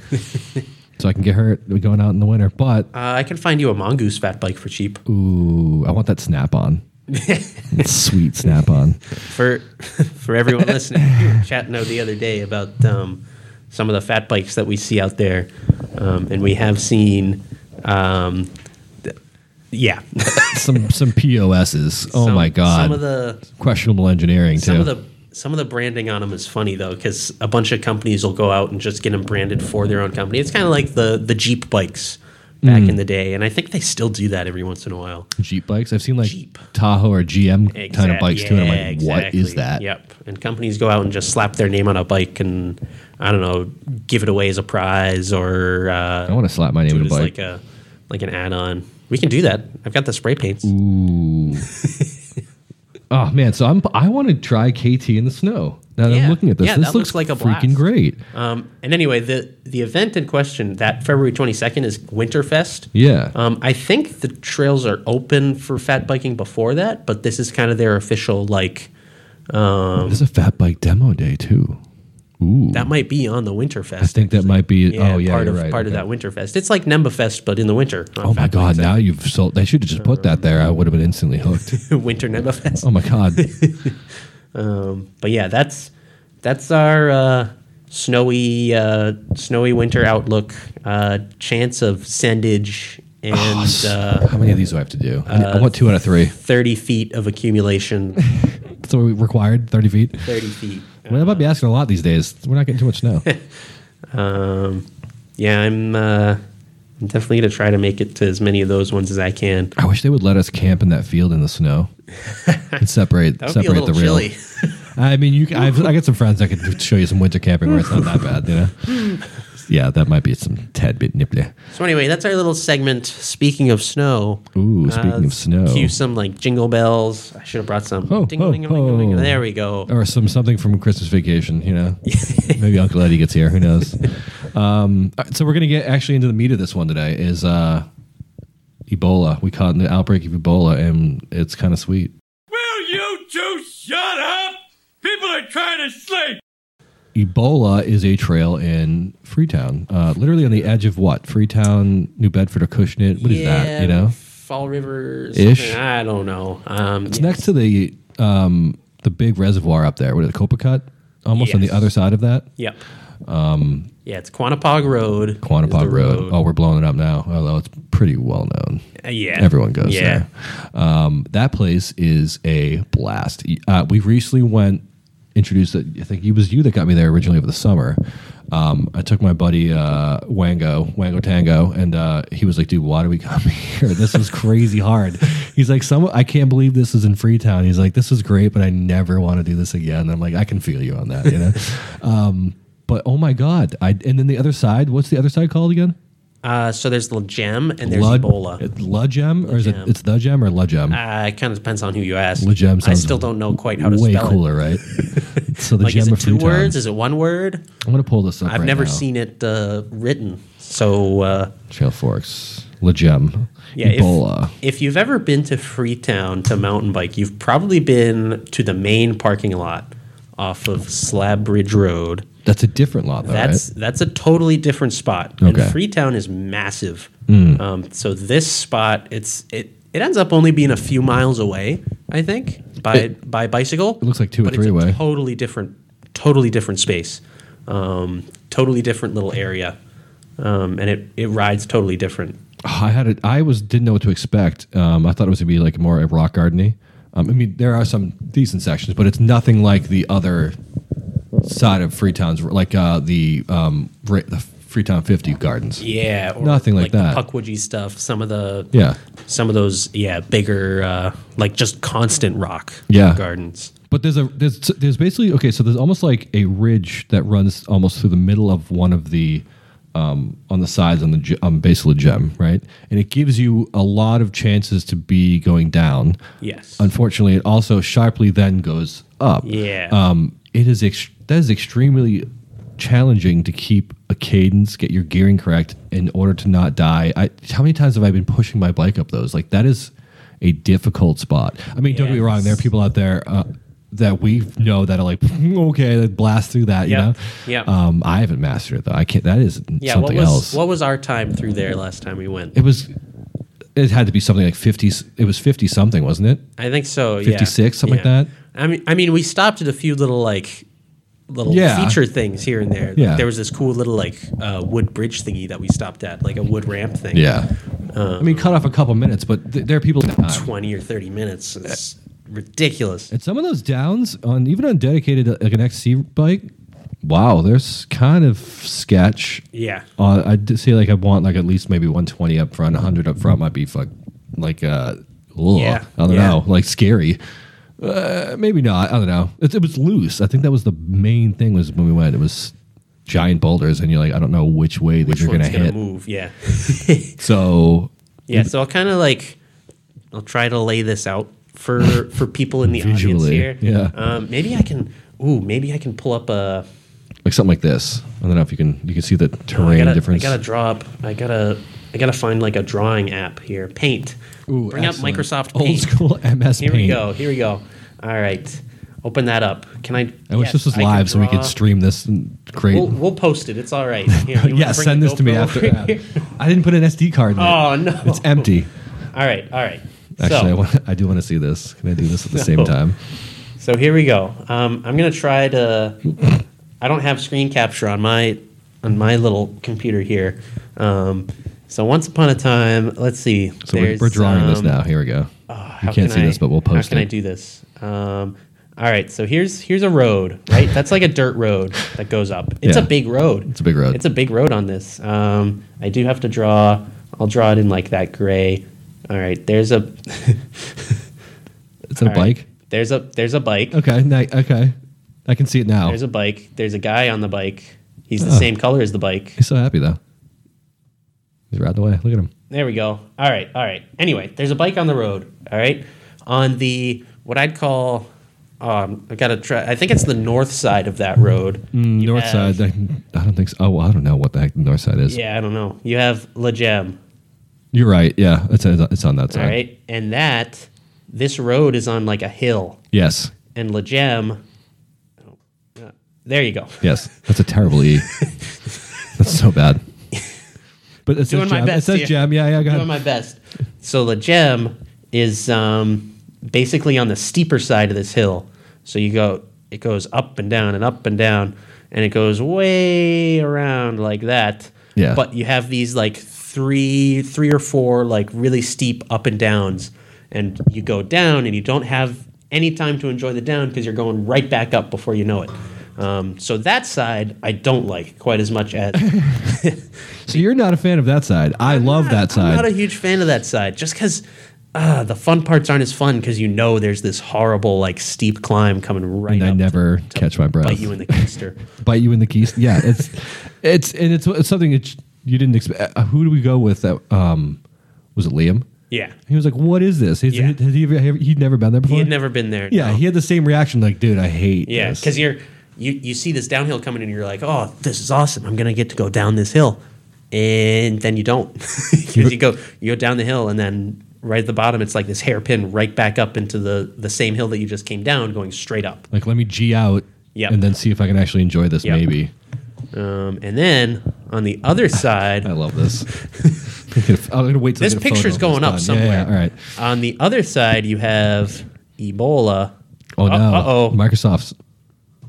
so I can get hurt going out in the winter. But Uh, I can find you a mongoose fat bike for cheap. ooh, I want that snap *laughs* on. Sweet snap on. for *laughs* *laughs* for everyone listening, we were chatting out the other day about um, some of the fat bikes that we see out there, um, and we have seen, um, th- yeah. Some some POSs. *laughs* Oh Some- my god. Some of the questionable engineering some too. of the some of the branding on them is funny though, because a bunch of companies will go out and just get them branded for their own company. It's kind of like the the Jeep bikes back Hmm. in the day, and I think they still do that every once in a while. Jeep bikes. I've seen like Jeep. Tahoe or GM kind of Exact- bikes too, and I'm like, yeah, what is exactly. that? Yep. And companies go out and just slap their name on a bike and I don't know, give it away as a prize or uh, I want to slap my name do on it a as like bike. a like an add-on. We can do that. I've got the spray paints. Ooh. *laughs* oh man, so I'm I want to try KT in the snow. Now that I'm Yeah. looking at this, Yeah, this that looks, looks like a freaking blast. great. Um, and anyway, the the event in question that February 22nd is Winterfest. Yeah. Um, I think the trails are open for fat biking before that, but this is kind of their official like um, There's a fat bike demo day too. Ooh, that might be on the Winterfest. I think that might be. oh yeah, part you're of right. part okay. of that Winterfest. It's like Nembafest, but in the winter. Oh my god! Now you've sold. They should have just put that there. I would have been instantly *laughs* hooked. *laughs* winter Nembafest. oh my god! *laughs* Um, but yeah, that's that's our uh, snowy uh, snowy winter outlook. Uh, chance of sendage and uh, How many of these do I have to do? I, I want two out of three. thirty feet of accumulation. So we required *laughs* thirty *laughs* feet. thirty feet. Well, I might be asking a lot these days. We're not getting too much *laughs* snow. Um, yeah, I'm. Uh, I'm definitely gonna try to make it to as many of those ones as I can. I wish they would let us camp in that field in the *laughs* snow and separate That would be a separate the little real. chilly. I mean, you. I've, I got some friends that could show you some winter camping where it's not that bad. You know. *laughs* Yeah, that might be some tad bit nipply. So anyway, that's our little segment. Speaking of snow. Ooh, speaking of let's snow, Cue some like jingle bells. I should have brought some. Oh, Ding, oh, ding, ding, ding, ding. oh. There we go. or some something from Christmas Vacation. You know, maybe Uncle Eddie gets here. Who knows? Um, all right, so we're gonna get actually into the meat of this one today. Is uh, Ebola? We caught an outbreak of Ebola, and it's kind of sweet. Will you two shut up? People are trying to sleep. Ebola is a trail in Freetown, uh, literally on the edge of what? Freetown, New Bedford, or Cushnet? What is that? You know, Fall River Ish. something. I don't know. Um, it's next to the um, the big reservoir up there. What is it, Copacut? Almost on the Yes. other side of that, Yep. yeah, it's Quantapog Road. is the Quantapog Um, Road. Oh, we're blowing it up now. Although it's pretty well known. Uh, yeah. Everyone goes yeah. there. Um, that place is a blast. Uh, we recently went introduced. It, I think it was you that got me there originally over the summer. Um, I took my buddy uh, Wango, Wango Tango, and uh, he was like, "Dude, why do we come *laughs* here? This is crazy hard." He's like, "Some, I can't believe this is in Freetown." He's like, "This is great, but I never want to do this again." And I'm like, "I can feel you on that," you *laughs* know. um, but oh my god! I and then the other side. What's the other side called again? Uh, so there's the gem and there's Lud- Ebola. it's Lugem, or is it? Lugem. It's the gem or Lugem? Uh, it kind of depends on who you ask. The gem I sounds still don't know quite how to way spell it. cooler, *laughs* right? so the Like, gem is it of two Freetown. words? Is it one word? I'm gonna pull this up. I've right never now. seen it uh, written. So uh, Trail Forks, La Gem, Yeah, if- Ebola. If you've ever been to Freetown to mountain bike, you've probably been to the main parking lot off of Slab Bridge Road. That's a different lot, though, That's right? that's a totally different spot. Okay. Mm. And Freetown is massive. Um, so this spot, it's it, it ends up only being a few miles away, I think, by by bicycle. It looks like two or but it's three a away. Totally different, totally different space. Um, totally different little area, um, and it it rides totally different. Oh, I had it. I was didn't know what to expect. Um, I thought it was gonna be like more rock gardeny. Um, I mean, there are some decent sections, but it's nothing like the other side of Freetown's, like uh, the um, Ra- the Freetown Fifty Gardens. Yeah, or Nothing like that. The Puckwudgie stuff. Some of the Yeah. some of those yeah bigger uh, like just constant rock Yeah. gardens. But there's a there's there's basically okay, so there's almost like a ridge that runs almost through the middle of one of the um, on the sides on the ge- um, base of the gem, right? And it gives you a lot of chances to be going down. Yes. Unfortunately, it also sharply then goes up. Yeah. Um, it is ex- that is extremely challenging to keep a cadence, get your gearing correct in order to not die. I, how many times have I been pushing my bike up those? Like that is a difficult spot. I mean, don't get me wrong. There are people out there uh, that we know that are like, *laughs* okay, they blast through that. Yeah. You know, Yeah. Um, I haven't mastered it though. I can't. That is Yeah, something what was else. what was our time through there last time we went? it was. It had to be something like fifty. It was fifty something, wasn't it? I think so. yeah. 56, something like Yeah. that? I mean, I mean, we stopped at a few little like little Yeah. feature things here and there. Yeah. There was this cool little like uh, wood bridge thingy that we stopped at, like a wood ramp thing. Yeah. Uh, I mean, cut off a couple minutes, but th- there are people. twenty or thirty minutes. It's ridiculous. And some of those downs on even on dedicated uh, like an XC bike, wow, there's kind of sketch. Yeah. Uh, I'd say like I want like at least maybe 120 up front, 100 up front might be fuck like uh, ugh, Yeah, I don't yeah. know, like scary. Uh, maybe not. I don't know. It, it was loose. I think that was the main thing was when we went. It was giant boulders, and you're like, I don't know which way that Which you're one's gonna gonna, hit. move? Yeah. *laughs* So yeah. So I'll kind of like I'll try to lay this out for for people in the Visually, audience here. yeah. Um, maybe I can. Ooh, maybe I can pull up a. like something like this. I don't know if you can you can see the terrain Oh, I gotta, difference. I gotta draw up. I gotta. I gotta find like a drawing app here. Paint. Ooh, Bring excellent. up Microsoft old Paint. school *laughs* MS Here Paint. we go. Here we go. All right. Open that up. Can I? I wish yes, this was I can live so we draw. could stream this. And create. We'll, we'll post it. It's all right. *laughs* Here, you wanna yeah, bring send the this to me GoPro after. over that. here? *laughs* *laughs* I didn't put an SD card in Oh it. no. *laughs* It's empty. All right. All right. Actually, I, so, want, I do want to see this. Can I do this at the same No. time? so here we go. Um, I'm gonna try to. I don't have screen capture on my on my little computer here. Um, so once upon a time, let's see. So we're, There's, we're drawing this um, now. Here we go. Ah, you how can't can see I- this, but we'll post How can it. I do this? Um, all right, so here's here's a road, right? That's like a dirt road that goes up. It's Yeah. a big road. It's a big road. It's a big road on this. Um, I do have to draw. I'll draw it in like that gray. All right, there's a Is it a all right, bike? There's a there's a bike. Okay. Now, okay. I can see it now. There's a bike. There's a guy on the bike. He's the Oh. same color as the bike. He's so happy though. He's riding away. Look at him. There we go. All right, all right. Anyway, there's a bike on the road. All right, on the what I'd call, um, I gotta try. I think it's the north side of that road. You Hmm, north have- side. I, I don't think so. Oh, well, I don't know what the heck the north side is. Yeah, I don't know. You have La Gem. You're right. Yeah. It's, it's on that All side. right, and that this road is on like a hill, Yes. and La Gem. oh, uh, There you go. *laughs* Yes, that's a terrible E. that's so bad. But it says Doing my jam. best it says here. jam. Yeah, yeah, go doing ahead. my best. So La Gem is um, basically on the steeper side of this hill. So you go, it goes up and down and up and down, and it goes way around like that. Yeah. But you have these like three, three or four like really steep up and downs, and you go down, and you don't have any time to enjoy the down because you're going right back up before you know it. Um, so that side I don't like quite as much as so you're not a fan of that side. I love that I'm side. not a huge fan of that side, just because uh, the fun parts aren't as fun because you know there's this horrible like steep climb coming right. and I up to never catch my breath. bite you in *laughs* the keister. Bite you in the keys. Yeah, *laughs* it's it's and it's, it's something that you didn't expect. Uh, who do we go with? That um, was it Liam? yeah, He was like, "What is this?" He's, Yeah. Has he ever? He'd never been there before. he had never been there. yeah, no. he had the same reaction. Like, dude, I hate. yeah, this." because you're you you see this downhill coming and you're like, oh, this is awesome. I'm gonna get to go down this hill, and then you don't *laughs* 'Cause you go you go down the hill and then. Right at the bottom, it's like this hairpin right back up into the the same hill that you just came down, going straight up. like, let me g out. Yep. And then see if I can actually enjoy this. Yep. Maybe. Um, and then on the other side, *laughs* I love this. I'm gonna wait till I this get a photo picture's of going up done. somewhere. Yeah, yeah, all right. On the other side, you have Ebola. Oh no. Uh oh. Microsoft's.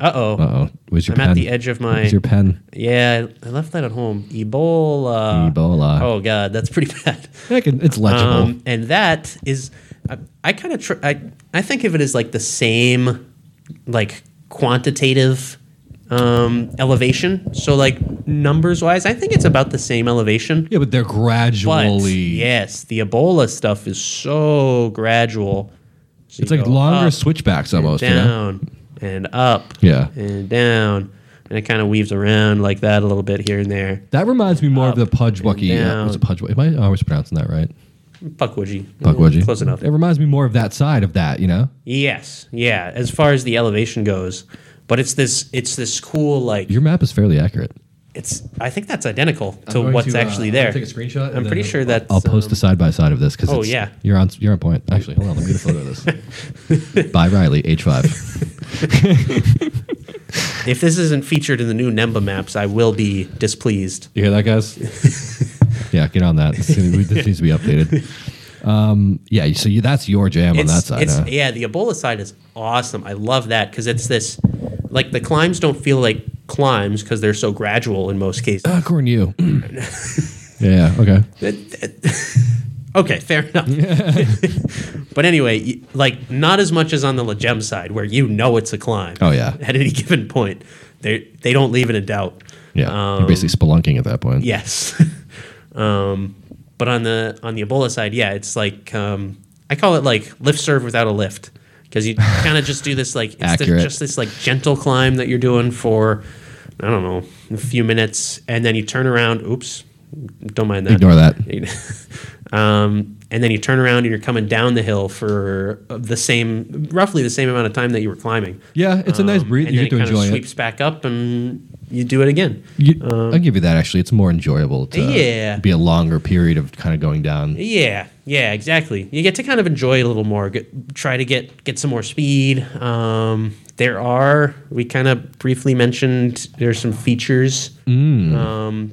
Uh oh. Uh oh. Where's your I'm pen? at the edge of my. Where's your pen? yeah, I left that at home. Ebola. Ebola. Oh god, that's pretty *laughs* bad. I can, it's legible. Um, and that is, I, I kind of, tr- I, I think of it as like the same, like quantitative um, elevation. So like numbers wise, I think it's about the same elevation. yeah, but they're But gradually. yes, the Ebola stuff is so gradual. So It's you like go longer up, switchbacks almost. You know? down and up, Yeah. and down, and it kind of weaves around like that a little bit here and there. That reminds me more of the Pudgebucky. and Uh, was it Pudgebucky? Am I always pronouncing that right? Puckwudgie, Pudgebucky. Mm, Mm-hmm. close enough. It reminds me more of that side of that. You know, Yes, yeah. As far as the elevation goes, but it's this, it's this cool like your map is fairly accurate. it's. I think that's identical to what's uh, actually there. screenshot. I'm pretty sure that's. um, I'll post a side by side of this because oh, yeah. you're on you're on point. Actually, hold on, let me get a photo of this. *laughs* By Riley, H five. um, if this isn't featured in the new Nemba maps, I will be displeased. You hear that, guys? *laughs* yeah, get on that. It's gonna be- This needs to be updated. Um, yeah, so you, that's your jam on that side. it's- huh? Yeah, the Ebola side is awesome. I love that because it's this, like the climbs don't feel like climbs because they're so gradual in most cases. Ah, corn *laughs* you. yeah. Okay. *laughs* Okay, fair enough. *laughs* but anyway, y- like not as much as on the Legem side where you know it's a climb. Oh, yeah. At any *laughs* given point, they they don't leave it in doubt. Yeah. Um, you're basically spelunking at that point. Yes. *laughs* um, but on the on the Ebola side, yeah, it's like um, I call it like lift serve without a lift *laughs* because you kind of just do this like it's the- Accurate. just this like gentle climb that you're doing for I don't know a few minutes, and then you turn around. Oops, don't mind that. Ignore that. *laughs* um, and then you turn around and you're coming down the hill for the same, roughly the same amount of time that you were climbing. Yeah, it's a nice breathe. Um, And You then get to it kind of enjoy sweeps back up, and you do it again. it. You, I'll give you that. Actually, it's more enjoyable to Yeah. be a longer period of kind of going down. Yeah, yeah, exactly. You get to kind of enjoy it a little more. Get, try to get get some more speed. Um, there are we kind of briefly mentioned there's some features. Um,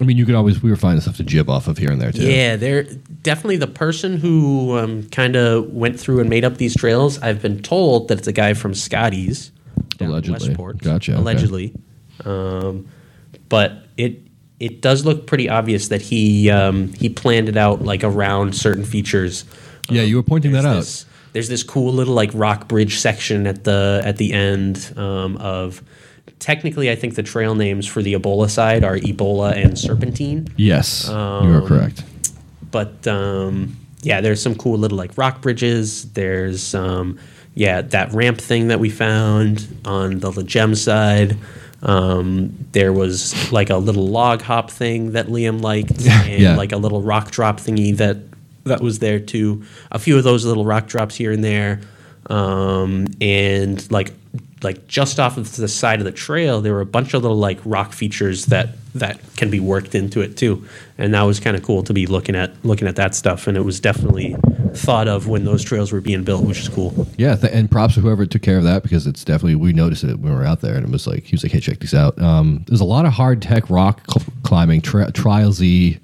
I mean, you could always we were finding stuff to jib off of here and there too. yeah. there definitely the person who um, kind of went through and made up these trails. I've been told that it's a guy from Scotty's, down in Allegedly. Westport, Gotcha, okay. Allegedly, um, but it. It does look pretty obvious that he um, he planned it out like around certain features. Yeah, you were pointing that out. this- there's this cool little like rock bridge section at the at the end um, of technically I think the trail names for the Ebola side are Ebola and Serpentine, Yes, you um, were correct. but um, yeah, there's some cool little like rock bridges. There's um, yeah that ramp thing that we found on the Legem side. Um, there was like a little log hop thing that Liam liked, *laughs* and yeah. like a little rock drop thingy that that was there too. A few of those little rock drops here and there, um, and like like just off of the side of the trail, there were a bunch of little like rock features that that can be worked into it too, and that was kind of cool to be looking at looking at that stuff. And it was definitely thought of when those trails were being built, which is cool. Yeah, th- and props to whoever took care of that because it's definitely we noticed it when we were out there, and it was like he was like, "Hey, check these out." Um, there's a lot of hard tech rock cl- climbing, tra- trialsy,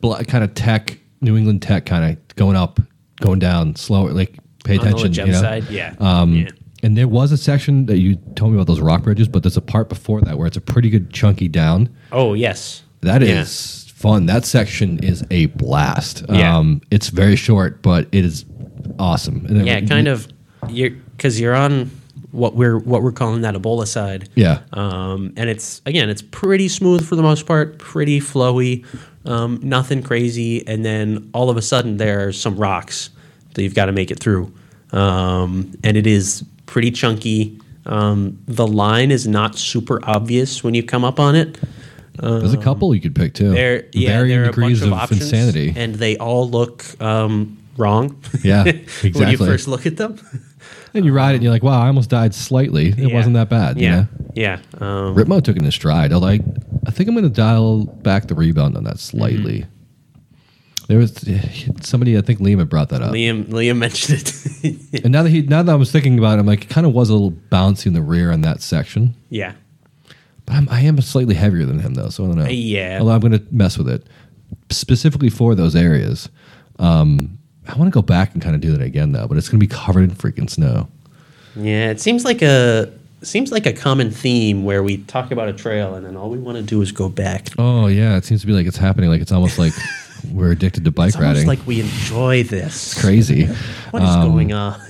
bla kind of tech, New England tech kind of going up, going down, slower. Like pay On the attention. Legem you know? side, yeah, Um, yeah. And there was a section that you told me about those rock bridges, but there's a part before that where it's a pretty good chunky down. Oh yes, That is Yeah. fun. That section is a blast. Yeah. Um, it's very short, but it is awesome. And then yeah, we- kind of you're because you're on what we're what we're calling that Ebola side. Yeah. Um, and it's again, it's pretty smooth for the most part, pretty flowy, um, nothing crazy. And then all of a sudden, there are some rocks that you've got to make it through, um, and it is pretty chunky. Um, the line is not super obvious when you come up on it. There's a couple you could pick too. There, yeah, Varying there are degrees a bunch of, of, options, insanity. and they all look um, wrong. *laughs* *laughs* Yeah, when exactly. you first look at them. and you ride it, and you're like, "Wow, I almost died slightly. It Yeah. wasn't that bad." You Yeah, know? yeah. Um, Ripmo took it in stride. Although I, I think I'm going to dial back the rebound on that Mm-hmm. slightly. There was *sighs* somebody I think Liam had brought that up, Liam, Liam *laughs* mentioned it. and now that he now that I was thinking about it, I'm like, it kind of was a little bouncy in the rear on that section, yeah, But I'm, I am slightly heavier than him though, so I don't know. Yeah. Although I'm going to mess with it specifically for those areas. Um, I want to go back and kind of do that again though, but it's going to be covered in freaking snow. Yeah, it seems like a seems like a common theme where we talk about a trail and then all we want to do is go back. Oh yeah, it seems to be like it's happening. Like it's almost *laughs* like we're addicted to bike It's almost riding. like we enjoy this. *laughs* crazy. Um, What is going on?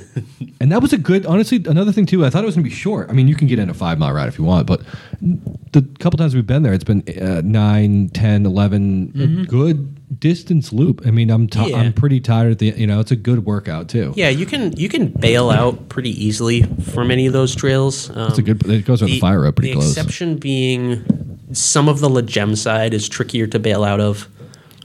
And that was a good, honestly, another thing too. I thought it was going to be short. I mean, you can get in a five mile ride if you want, but the couple times we've been there, it's been uh, nine, 10, 11, a good distance loop. I mean, I'm, ti Mm-hmm. Yeah. I'm pretty tired at the, you know, it's a good workout too. Yeah, you can you can bail out pretty easily for many of those trails. Um, It's a good, it goes around the, fire road pretty the close. exception being some of the legem side is trickier to bail out of.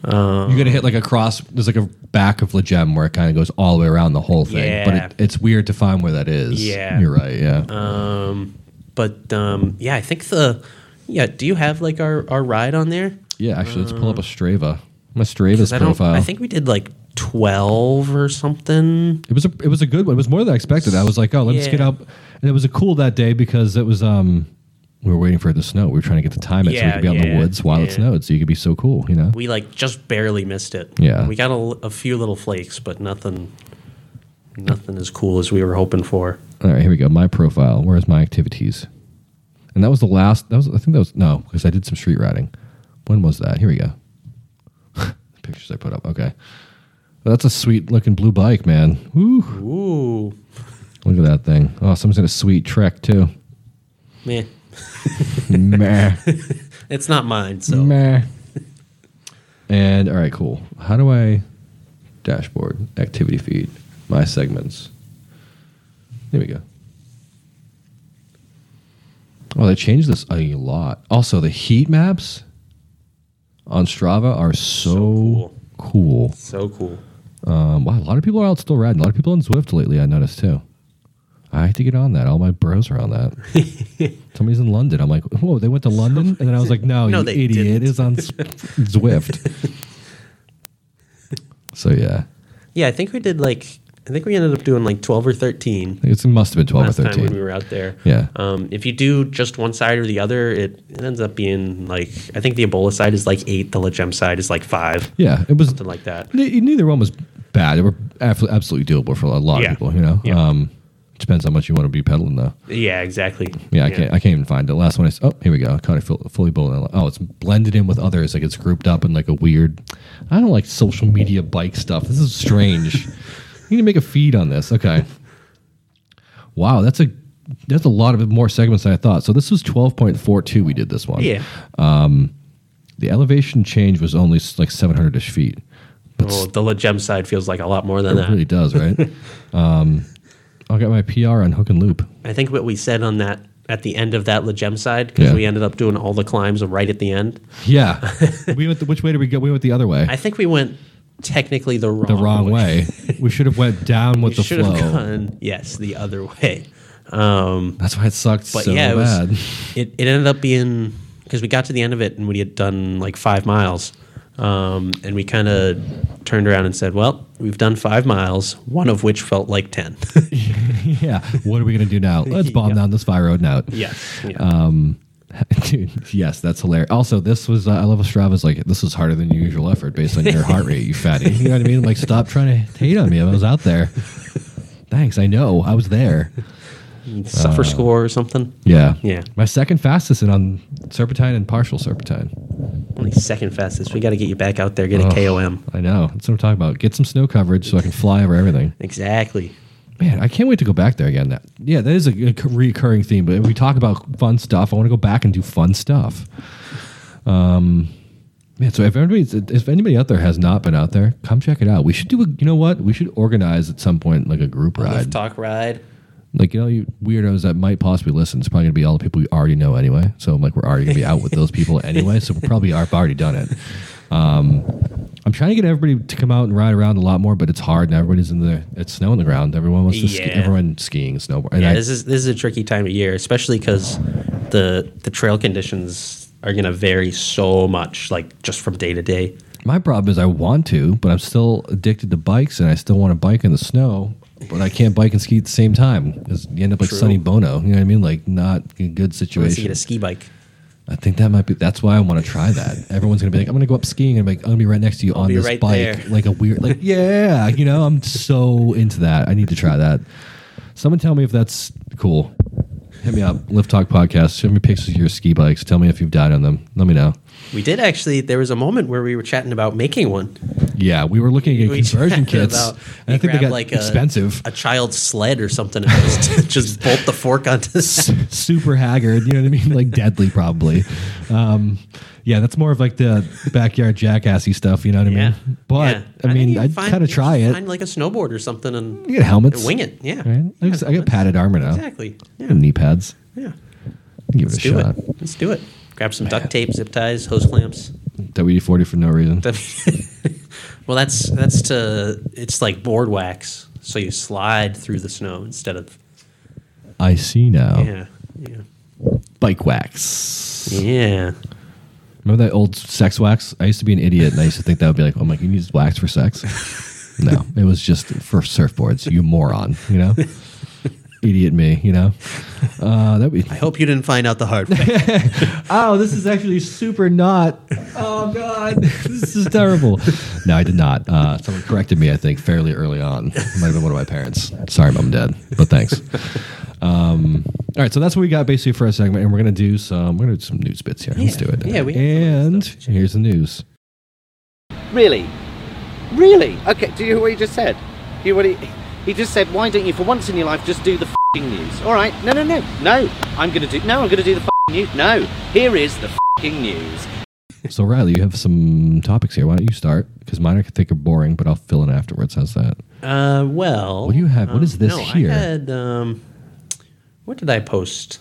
You're going to hit like a cross, there's like a back of Legem where it kind of goes all the way around the whole thing, Yeah. but it, it's weird to find where that is. Yeah. You're right. Yeah. Um, but um, yeah, I think the yeah. Do you have like our our ride on there? yeah. Actually, let's pull up a Strava. My Strava's I don't. profile. I think we did like twelve or something. It was a it was a good one. It was more than I expected. I was like, oh, let me just get Yeah. up. And it was a cool that day because it was um we were waiting for it to snow. We were trying to get to time it so we Yeah, could be out in the yeah, woods while it yeah. snowed. So you could be so cool, you know. We like just barely missed it. Yeah. we got a, l- a few little flakes, but nothing. Nothing as cool as we were hoping for. All right, here we go. My profile. Where's my activities? And that was the last. That was I think that was no because I did some street riding. When was that? Here we go. *laughs* Pictures I put up. Okay. Well, that's a sweet looking blue bike, man. Woo! Ooh, Look at that thing. Oh, someone's got a sweet Trek too. man, Meh. it's not mine. So Meh. And all right, cool. How do I dashboard activity feed my segments? There we go. Oh, they changed this a lot. Also, the heat maps on Strava are so, cool. cool. so cool. Um, wow, a lot of people are out still riding. A lot of people on Zwift lately. I noticed too. I have to get on that. All my bros are on that. *laughs* Somebody's in London. I'm like, whoa, they went to London, and then I was like, no, No, you they idiot, didn't. it's *laughs* on S- Zwift. so yeah, Yeah, I think we did like I think we ended up doing like twelve or thirteen. I think it's- it must have been twelve last or time thirteen. when we were out there. Yeah. Um, if you do just one side or the other, it, it ends up being like I think the Ebola side is like eight, the Legem side is like five, yeah, it was something like that. Ne- neither one was bad. They were abso- absolutely doable for a lot Yeah. of people. You know, Yeah. um, depends how much you want to be pedaling though. Yeah, exactly. Yeah, I can't. I can't even find it. Last one. I s- oh, here we go. I caught it full- fully bowling. Oh, it's blended in with others. Like it's grouped up in like a weird. I don't like social media bike stuff. This is strange. you need to make a feed on this. Okay. Wow, that's a that's a lot of more segments than I thought. So this was twelve point four two. We did this one. Yeah. The elevation change was only s- like seven hundred ish feet. But Well, the Legem side feels like a lot more than it really that. does, right? um, I got my PR on hook and loop. I think what we said on that at the end of that Legem side because Yeah. we ended up doing all the climbs right at the end. Yeah. we went. The, which way did we go? We went the other way. I think we went technically the wrong the wrong way. Oh, *laughs* we should have went down with We the should have flow. gone yes the other way. Um, That's why it sucked But so yeah, it bad. *laughs* was. *laughs* It, it ended up being because we got to the end of it and we had done like five miles, um, and we kind of turned around and said, "Well, we've done five miles, one of which felt like ten. yeah. What are we gonna do *laughs* now? Let's bomb Yeah. down this fire road now. *laughs* *laughs* Yeah. Uh, Dude, *laughs* yes, that's hilarious. Also, this was uh, I love Strava's like this is harder than your usual effort based on your heart rate, you fatty. You know what I mean? Like stop trying to hate on me. I was out there. Thanks, I know. I was there. uh, Suffer score or something. Yeah. Yeah. My second fastest and on Serpentine and partial Serpentine. Only second fastest. We got to get you back out there, get a KOM. I know. That's what I'm talking about. Get some snow coverage so I can fly over everything. Exactly. Man, I can't wait to go back there again. That yeah, that is a, a recurring theme. But if we talk about fun stuff, I want to go back and do fun stuff. Um, man, so if anybody if anybody out there has not been out there, come check it out. We should do a you know what? We should organize at some point like a group Lift ride. talk ride. Like you know, you weirdos that might possibly listen. It's probably gonna be all the people we already know anyway. So like we're already gonna be out with those *laughs* people anyway. So we probably are, have already done it. Um, I'm trying to get everybody to come out and ride around a lot more, but it's hard. And everybody's in the it's snow on the ground. Everyone wants to ski, Yeah. everyone skiing, snowboard. And Yeah, I- this is this is a tricky time of year, especially because the the trail conditions are going to vary so much, like just from day to day. My problem is I want to, but I'm still addicted to bikes, and I still want to bike in the snow, but I can't bike and ski at the same time because you end up like True. Sonny Bono. You know what I mean? Like not a good Unless you situation. get a ski bike. I think that might be. That's why I want to try that. *laughs* Everyone's gonna be like, "I'm gonna go up skiing," and I'm like, "I'm gonna be right next to you on be this right bike." there. *laughs* Like a weird, *laughs* like yeah, you know. I'm so into that. I need to try that. Someone tell me if that's cool. Hit me up, Lift Talk Podcast. Show me pictures of your ski bikes. Tell me if you've died on them. Let me know. We did actually. There was a moment where we were chatting about making one. Yeah, we were looking at We conversion chatted kits, about- and we I think they grabbed, got like, a- expensive. A child's sled or something. *laughs* And just, just bolt the fork onto the s- *laughs* super haggard. You know what I mean? *laughs* Like deadly, probably. Um, yeah, that's more of like the backyard jackassy stuff. You know what I mean? Yeah. But Yeah. I think mean, you I'd find- kind of you try just it. Find like a snowboard or something and you get helmets. wing it. Yeah. Right? I, just- I got padded armor now. Exactly. I Yeah. got knee pads. yeah. Give it Let's a do shot. it. Let's do it. Grab some duct tape, zip ties, hose clamps. *laughs* WD forty for no reason. well, that's that's to it's like board wax, so you slide through the snow instead of I see now. yeah yeah Bike wax. yeah. Remember that old sex wax? I used to be an idiot, and I used to think that would be like, oh my, you use wax for sex? *laughs* no, it was just for surfboards. You moron. You *laughs* know, idiot me. You know, uh, that *laughs* would be I hope you didn't find out the hard way. oh, this is actually super not. Oh God, this is terrible. No, I did not. Uh, someone corrected me, I think, fairly early on. It might have been one of my parents. Sorry, mom and dad, but thanks. Um, all right, so that's what we got basically for our segment, and we're gonna do some. We're gonna do some news bits here. Let's do Yeah. it. Yeah, we have some and other stuff. here's the news. Really? Really? Okay, do you hear what he just said? Do you hear what he, he just said, why don't you, for once in your life, just do the fing news? All right, no, no, no, no. I'm going to do, no, I'm going to do the fing news. No, here is the fing news. So Riley, you have some topics here. Why don't you start? Because mine I think are boring, but I'll fill in afterwards. How's that? Uh, well, What do you have? What um, is this no, here? I had um, what did I post?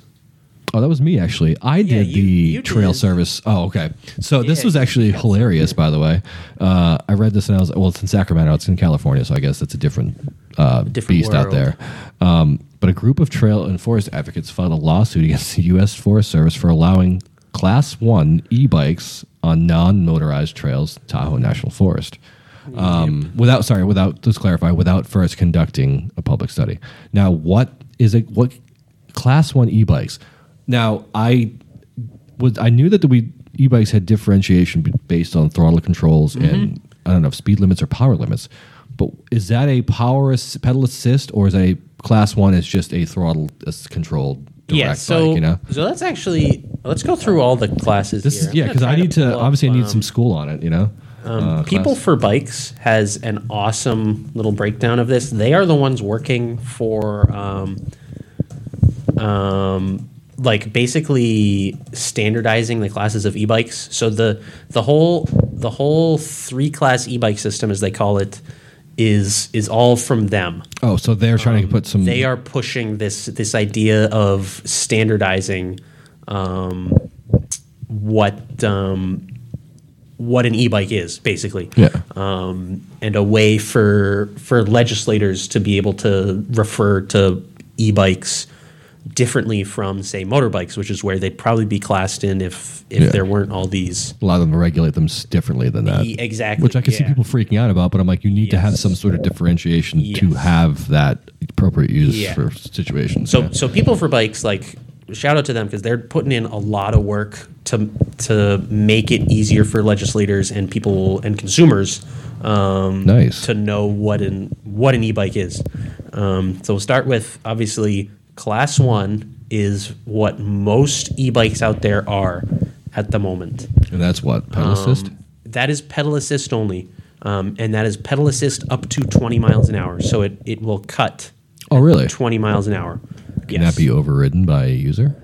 Oh, that was me actually. I did you- the you trail did. service. Oh, okay. So this Yeah, was you actually hilarious, by the way. Uh, I read this and I was well, it's in Sacramento, it's in California, so I guess that's a different, uh, Different beast out world. there. Um, but a group of trail and forest advocates filed a lawsuit against the U.S. Forest Service for allowing Class One e-bikes on non-motorized trails, in Tahoe National Forest. Um, without sorry, without let's clarify, without first conducting a public study. Now, what is it? What class one e-bikes? Now, I was I knew that the we e-bikes had differentiation b- based on throttle controls Mm-hmm. and I don't know if speed limits or power limits. But is that a power ass- pedal assist or is that a class one is just a throttle as- controlled direct so bike? You know, so let's actually let's go through all the classes. this here. is I'm yeah gonna because I try need to pull up, obviously I need um, some school on it. You know, Uh, People class- for Bikes has an awesome little breakdown of this. They are the ones working for, um, um, like basically standardizing the classes of e-bikes. So the the whole the whole three class e-bike system, as they call it, is is all from them. oh, so they're trying to put some. um, They are pushing this this idea of standardizing um, what um, what an e-bike is basically Yeah. um, and a way for for legislators to be able to refer to e-bikes differently from say motorbikes which is where they'd probably be classed in if if Yeah. there weren't all these allow them to regulate them s- differently than that. E- exactly, Which I can see yeah. people freaking out about, but I'm like, you need to have Yes. some sort of differentiation to Yes. have that appropriate use Yeah. for situations. So yeah. so people for bikes like shout out to them because they're putting in a lot of work to to make it easier for legislators and people and consumers um, Nice. to know what an what an e-bike is. Um, so we'll start with obviously class one is what most e-bikes out there are at the moment. and that's what pedal assist. That is pedal assist only. Um, and that is pedal assist up to 20 miles an hour. So it, it will cut Oh, really? 20 miles an hour. Can that be overridden by a user?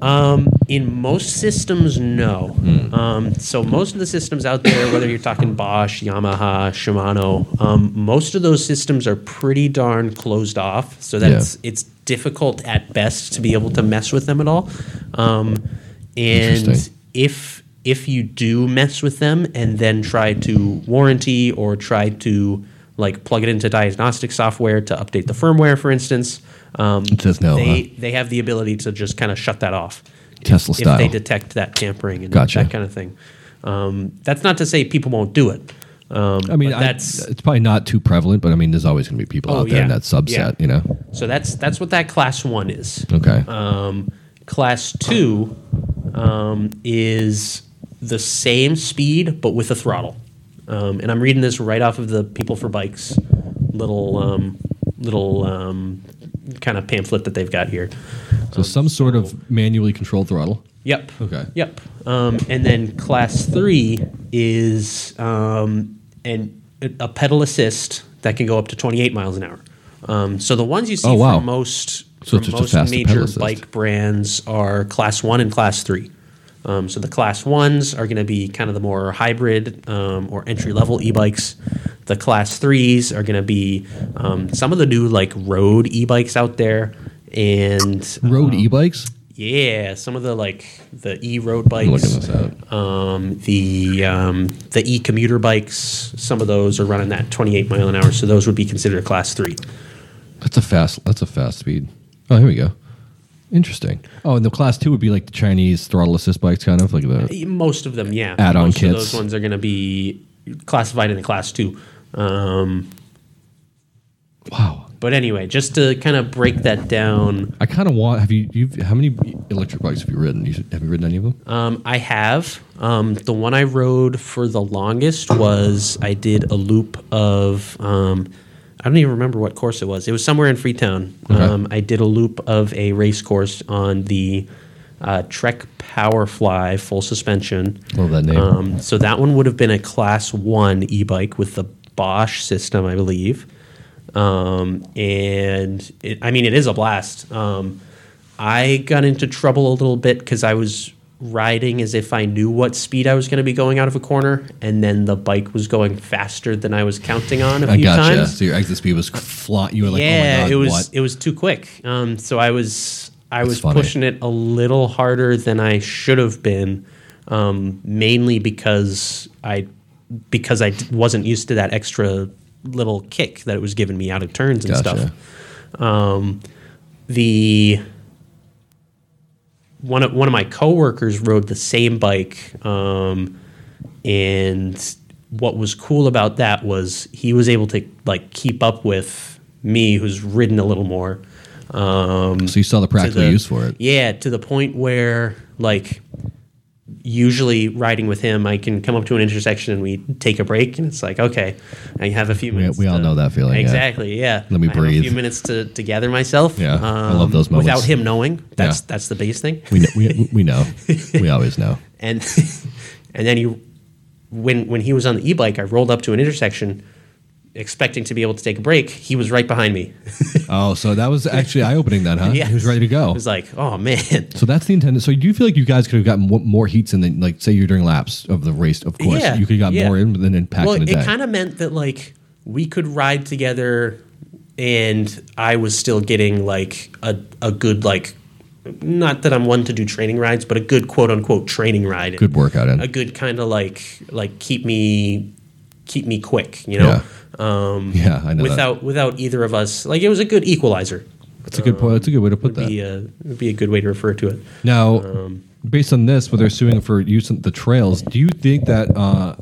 Um, in most systems, no. Hmm. Um, so most of the systems out there, whether you're talking Bosch, Yamaha, Shimano, um, most of those systems are pretty darn closed off. So that's it's difficult at best to be able to mess with them at all. Um, and Interesting. if if you do mess with them and then try to warranty or try to like plug it into diagnostic software to update the firmware, for instance, um, says no, they huh? they have the ability to just kind of shut that off. Tesla if, style. If they detect that tampering and Gotcha. that kind of thing. Um, that's not to say people won't do it. Um, I mean, but I, that's it's probably not too prevalent, but I mean, there's always going to be people Oh, out there in yeah. that subset, Yeah. you know? Uh, so that's that's what that class one is. Okay. Um, class two um, is the same speed but with a throttle. Um, and I'm reading this right off of the People for Bikes little um, little um, kind of pamphlet that they've got here. um, So some sort of manually controlled throttle. Yep. Okay. Yep. Um, and then class three is um, an, a pedal assist that can go up to 28 miles an hour. Um, so the ones you see Oh, wow. from most, So it's from just a most faster pedal major assist. bike brands are class one and class three. Um, so the class ones are going to be kind of the more hybrid um, or entry level e-bikes. The class threes are going to be um, some of the new like road e-bikes out there, and Road e-bikes. yeah, some of the like the e road bikes. looking this up. Um, the um, the e commuter bikes. Some of those are running that twenty eight mile an hour, so those would be considered a class three. That's a fast. That's a fast speed. Oh, here we go. Interesting. Oh, and the class two would be like the Chinese throttle assist bikes, kind of like the. Most of them, yeah. Add-on Most Of kits. those ones are going to be classified in the class two. Um, Wow. but anyway, just to kind of break that down, I kind of want. Have you? You've how many electric bikes have you ridden? You, have you ridden any of them? um, I have um, the one I rode for the longest was I did a loop of um, I don't even remember what course it was. It was somewhere in Freetown. Okay. Um, I did a loop of a race course on the uh, Trek Powerfly full suspension. Love that name. Um, so that one would have been a class one e bike with the Bosch system, I believe. Um, and it, I mean, it is a blast. Um, I got into trouble a little bit because I was riding as if I knew what speed I was going to be going out of a corner, and then the bike was going faster than I was counting on a I few gotcha. times. So your exit speed was fly. You were like, oh yeah, my god, it was what? it was too quick. Um, so I was I was funny. pushing it a little harder than I should have been, um, mainly because I because I d- wasn't used to that extra little kick that it was giving me out of turns and Gotcha. stuff. Um, the one of one of my coworkers rode the same bike, um, and what was cool about that was he was able to like keep up with me, who's ridden a little more. Um, so you saw the practical the- use for it. Yeah, to the point where like usually riding with him, I can come up to an intersection and we take a break, and it's like okay, I have a few minutes. we all to- know that feeling, yeah. Exactly. Yeah. Let me I have breathe. a few minutes to, to gather myself. um, Yeah, I love those moments. Without him knowing, that's Yeah. that's the biggest thing We know, we, we *laughs* know. we always know. and *laughs* and then he when when he was on the e-bike i rolled up to an intersection expecting to be able to take a break he was right behind me *laughs* Oh, so that was actually eye opening then, huh? Yes. He was ready to go. i was like oh man so that's the intent. So do you feel like you guys could have gotten w- more heats in than like say you're doing laps of the race? Of course, Yeah, you could have gotten yeah. more in than impact well in a day. it kind of meant that like we could ride together and i was still getting like a, a good like not that i'm one to do training rides but a good quote unquote training ride Good workout in. a good kind of like like keep me keep me quick you know um Yeah, I know that. without without either of us like it was a good equalizer That's a good point. That's a good way to put that. be a would be a good way to refer to it Now, Um, based on this, where they're suing for use of the trails, do you think that uh,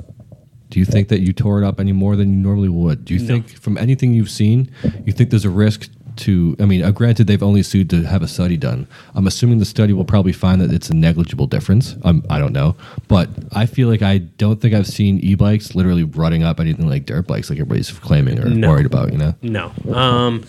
do you think that you tore it up any more than you normally would? Do you think, from anything you've seen, you think there's a risk to? I mean, uh, granted, they've only sued to have a study done. I'm assuming the study will probably find that it's a negligible difference. Um, I don't know, but I feel like I don't think I've seen e-bikes literally running up anything like dirt bikes, like everybody's claiming or No. worried about. You know, no um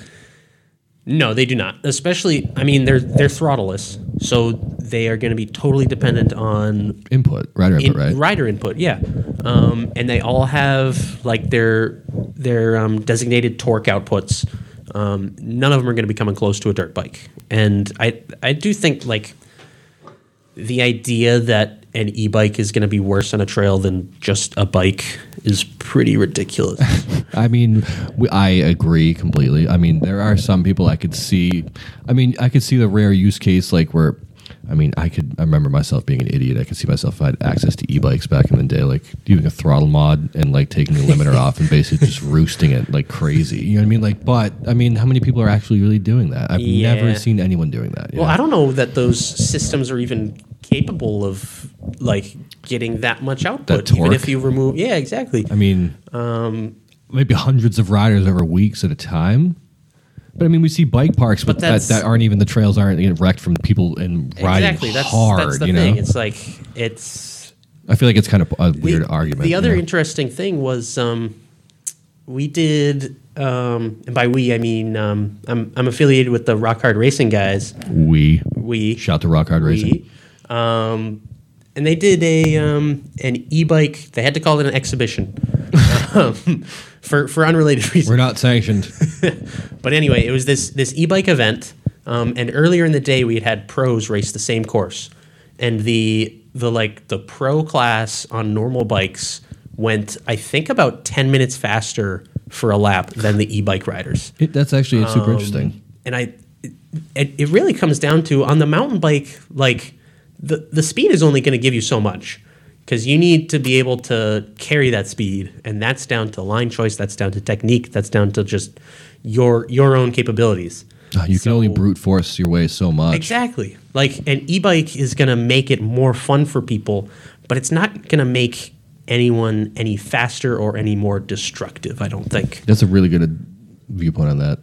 no they do not especially i mean they're they're throttleless so they are going to be totally dependent on input, rider input, in- right? rider input, yeah. Um, and they all have like their their um, designated torque outputs. Um, none of them are going to be coming close to a dirt bike. And I I do think like the idea that an e-bike is going to be worse on a trail than just a bike is pretty ridiculous. *laughs* I mean, we, I agree completely. I mean, there are some people I could see. I mean, I could see the rare use case like where, I mean, I could. I remember myself being an idiot. I could see myself if I had access to e-bikes back in the day, like doing a throttle mod and like taking the limiter off and basically *laughs* just roosting it like crazy. You know what I mean? Like, but I mean, how many people are actually really doing that? I've Yeah. never seen anyone doing that. you Well, know? I don't know that those systems are even capable of like getting that much output even torque? if you remove yeah exactly I mean, um, maybe hundreds of riders over weeks at a time. But I mean, we see bike parks, but, that, that's- that aren't even the trails aren't getting wrecked from people and riding exactly. That's hard. that's the you thing. know, It's like it's I feel like it's kind of a the- weird argument. The other you know? interesting thing was um, we did, um, and by we I mean um, I'm I'm affiliated with the Rock Hard Racing guys. we We shout to Rock Hard Racing. we, um, and they did a um, an e-bike. They had to call it an exhibition *laughs* um, for for unrelated *laughs* reasons. We're not sanctioned. But anyway, it was this this e-bike event, um, and earlier in the day we had had pros race the same course, and the the like the pro class on normal bikes went I think about ten minutes faster for a lap than the e-bike riders. It- that's actually it's Um, super interesting. And I, it, it really comes down to on the mountain bike, like the the speed is only going to give you so much. Because you need to be able to carry that speed, and that's down to line choice, that's down to technique, that's down to just your your own capabilities. Ah, You can only so- brute force your way so much. Exactly. Like an e-bike is going to make it more fun for people, but it's not going to make anyone any faster or any more destructive, I don't think. That's a really good uh, viewpoint on that.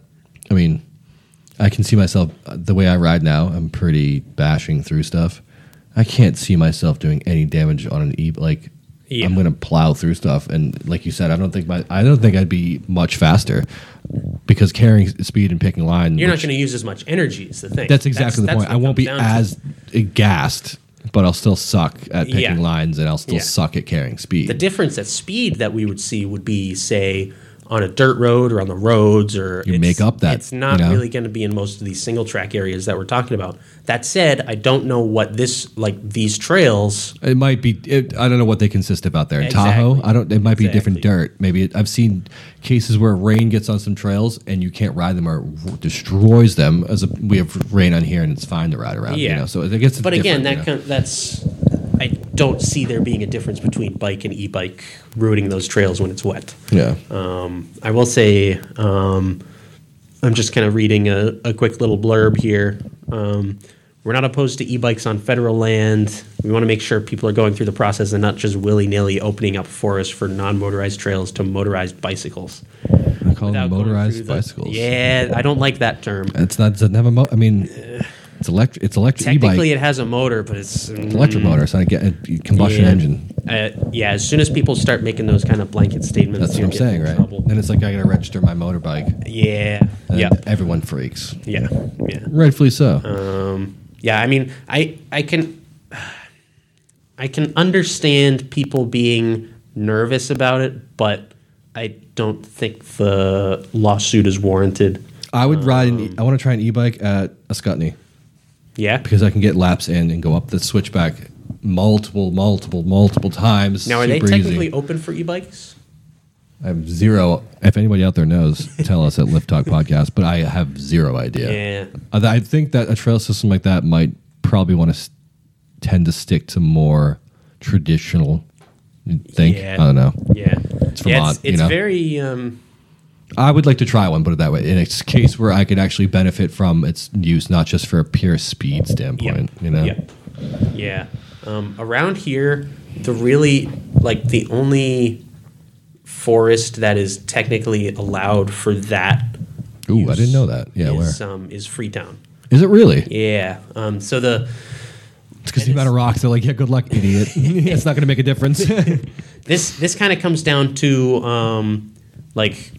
I mean, I can see myself uh, the way I ride now. I'm pretty bashing through stuff. I can't see myself doing any damage on an e like. Yeah. I'm gonna plow through stuff, and like you said, I don't think my I don't think I'd be much faster because carrying s- speed and picking line. You're not which- going to use as much energy is the thing. That's exactly the that's point. what I won't it be comes down to. as gassed, but I'll still suck at picking Yeah. lines, and I'll still Yeah. suck at carrying speed. the difference at speed that we would see would be say on a dirt road or on the roads or You it's- make up that, it's not you know? really going to be in most of these single track areas that we're talking about that said i don't know what this like these trails It might be. It, I don't know what they consist of out there in Exactly. Tahoe. I don't. It might be different Exactly. dirt. Maybe it, I've seen cases where rain gets on some trails and you can't ride them or w- destroys them. As a, we have rain on here and it's fine to ride around. You Yeah. know, so I guess. It's but again that different, you know. kind that's i don't see there being a difference between bike and e-bike ruining those trails when it's wet yeah. Um, I will say, um, I'm just kind of reading a, a quick little blurb here. Um, we're not opposed to e-bikes on federal land. We want to make sure people are going through the process and not just willy-nilly opening up forests for non-motorized trails to motorized bicycles. I call them um, Without going Oh, motorized through the- bicycles. Yeah, I don't like that term. It's not. Doesn't have a mo- I mean, it's electric. It's electric Technically, e-bike. it has a motor, but it's mm, It's electric motor. It's not a, ga- a combustion yeah. engine. Uh, yeah, as soon as people start making those kind of blanket statements, That's what you'll I'm get saying, in right? Uh, trouble. Then it's like I got to register my motorbike. Yeah, And yeah, Everyone freaks. yeah, yeah. Rightfully so. Um, yeah, I mean, I I can I can understand people being nervous about it, but I don't think the lawsuit is warranted. I would ride. An Um. e- I want to try an e-bike at Ascutney. Yeah. because I can get laps in and go up the switchback multiple, multiple, multiple times. Now, are they super technically easy. open for e-bikes? I have zero. If anybody out there knows, tell us at Lift *laughs* Talk Podcast. But I have zero idea. Yeah. Uh, I think that a trail system like that might probably want to s- tend to stick to more traditional. you'd Think Yeah. I don't know. Yeah. It's yeah, Vermont, it's, you it's know? very um, I would like to try one, put it that way, in a s- case where I could actually benefit from its use, not just for a pure speed standpoint. You know, yeah. Yeah. Um, around here, the really like the only forest that is technically allowed for that ooh, I Use didn't know that. Yeah, where is um, is Freetown. is it really? Yeah. Um, so the It's because the amount of rocks. They're like, yeah, good luck, *laughs* idiot. it's not going to make a *laughs* difference. this this kind of comes down to um, like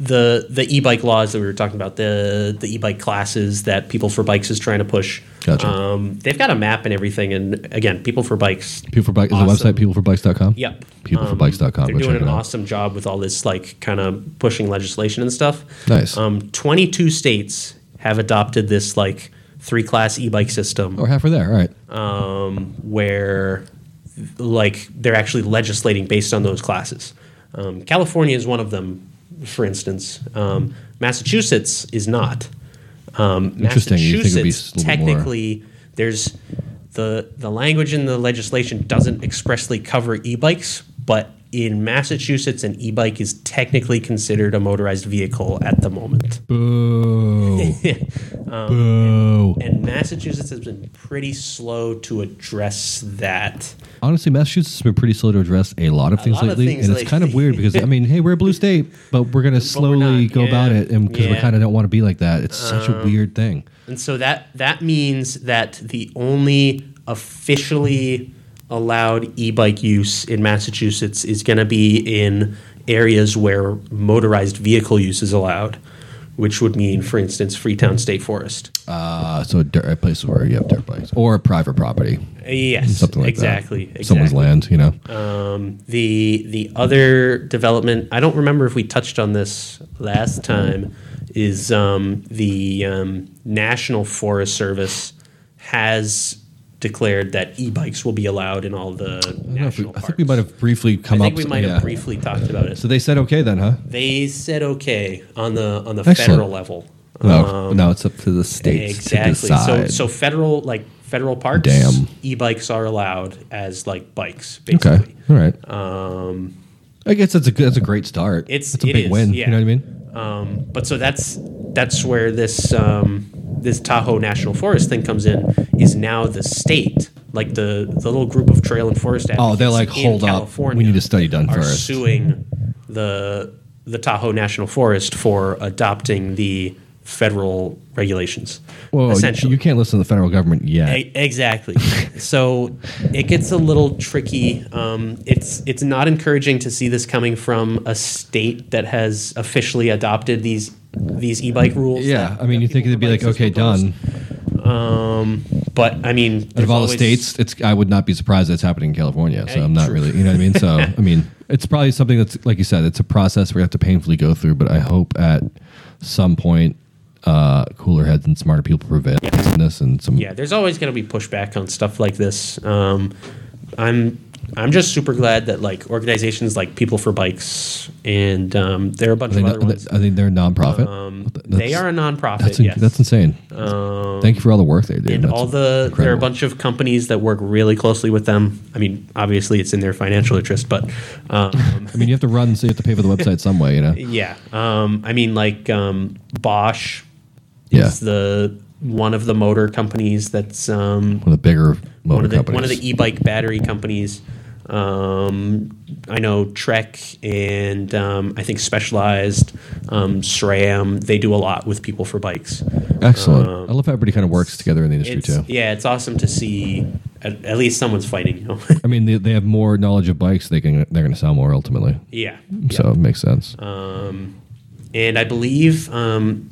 the the e bike laws that we were talking about the the e bike classes that People for Bikes is trying to push. Gotcha. Um, they've got a map and everything, and again, People for Bikes. People for Bike is the website Awesome. peopleforbikes.com. Yep. Peopleforbikes.com. They're Go doing check an it out. awesome job with all this like kind of pushing legislation and stuff. Nice. Um, Twenty two states have adopted this like three class e bike system. Or Oh, halfway there. All right. um, where like they're actually legislating based on those classes. Um, California is one of them, for instance. Um, Massachusetts is not. Um, Interesting. You'd think it would be Massachusetts a little more- technically there's the the language in the legislation doesn't expressly cover e-bikes, but in Massachusetts, an e bike is technically considered a motorized vehicle at the moment. *laughs* Boo. Boo. And Massachusetts has been pretty slow to address that. Honestly, Massachusetts has been pretty slow to address a lot of things lot of lately, things and lately. it's kind of weird because I mean, hey, we're a blue state, but we're going to slowly not, go yeah. about it, and because we Yeah. kind of don't want to be like that, it's such a weird thing. And so that that means that the only officially allowed e-bike use in Massachusetts is going to be in areas where motorized vehicle use is allowed, which would mean, for instance, Freetown State Forest. Uh, so dirt places where you have dirt bikes or private property, Yes, something like exactly, that. someone's exactly. land, you know. Um, The the other development I don't remember if we touched on this last time is um, the um, National Forest Service has declared that e-bikes will be allowed in all the I, don't know if we- national I parks. think we might have briefly I come think up. we might yeah. have briefly talked about it. So they said okay then, huh? They said okay on the on the Excellent. federal level. No, Um, no, it's up to the states to Exactly. So decide. so federal like federal parks Damn. e-bikes are allowed as like bikes basically. okay, all right. Um, I guess that's a good, that's a great start. It's- that's a it big is, win. yeah. You know what I mean? Um, but so that's that's where this um, this Tahoe National Forest thing comes in. Is now the state like the the little group of trail and forest advocates? Oh, they're like, in hold up, California we need a study done are first. Suing the the Tahoe National Forest for adopting the federal regulations. Well, you, essentially, you can't listen to the federal government yet. E- Exactly. so it gets a little tricky. Um, it's it's not encouraging to see this coming from a state that has officially adopted these these e-bike rules. yeah, that- I mean, that you think people it'd be with like, bikes okay, have proposed. done. Um, but I mean, Out there's of all the always- states, it's I would not be surprised that's happening in California. So Eh, I'm not true. really, you know what I mean. So I *laughs* mean, it's probably something that's like you said, it's a process we have to painfully go through. But I hope at some point, uh, cooler heads and smarter people prevail in this, and some Yeah, there's always going to be pushback on stuff like this. Um, I'm I'm just super glad that like organizations like People for Bikes and um, there are a bunch Are they, of not, other ones. are they, they're a nonprofit. Um, That's- they are a nonprofit. That's, yes. that's insane. Um, Thank you for all the work they do. and That's all the there are a incredible. bunch of companies that work really closely with them. I mean, obviously it's in their financial interest, but um, *laughs* I mean, you have to run, so you have to pay for the website some way. You know, yeah, um, I mean like um, Bosch yeah, is the one of the motor companies that's um, one of the bigger motor one of the companies. one of the e e-bike battery companies. Um, I know Trek and um, I think Specialized, um, SRAM. They do a lot with people for bikes. Excellent. I love how everybody kind of works together in the industry um, It's, too. yeah, it's awesome to see. At, at least someone's fighting, you know. *laughs* I mean, they, they have more knowledge of bikes. They can they're going to sell more ultimately. Yeah. Uh, So it makes sense. And I believe, um,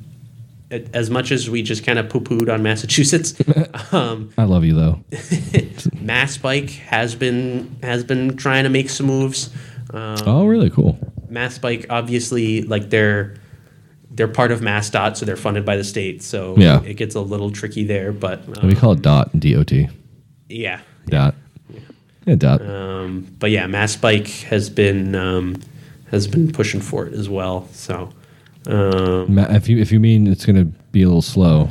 a- as much as we just kind of poo pooed on Massachusetts, um, I love you though. Mass Bike has been has been trying to make some moves. Um, Oh, really cool. Mass Bike, obviously, like they're they're part of MassDOT, so they're funded by the state. So Yeah. it gets a little tricky there, but And um, we call it dot and dot yeah. dot. Yeah, dot. Um, but yeah, Mass Bike has been um, has been pushing for it as well. So. Um, Ma- if you if you mean it's going to be a little slow,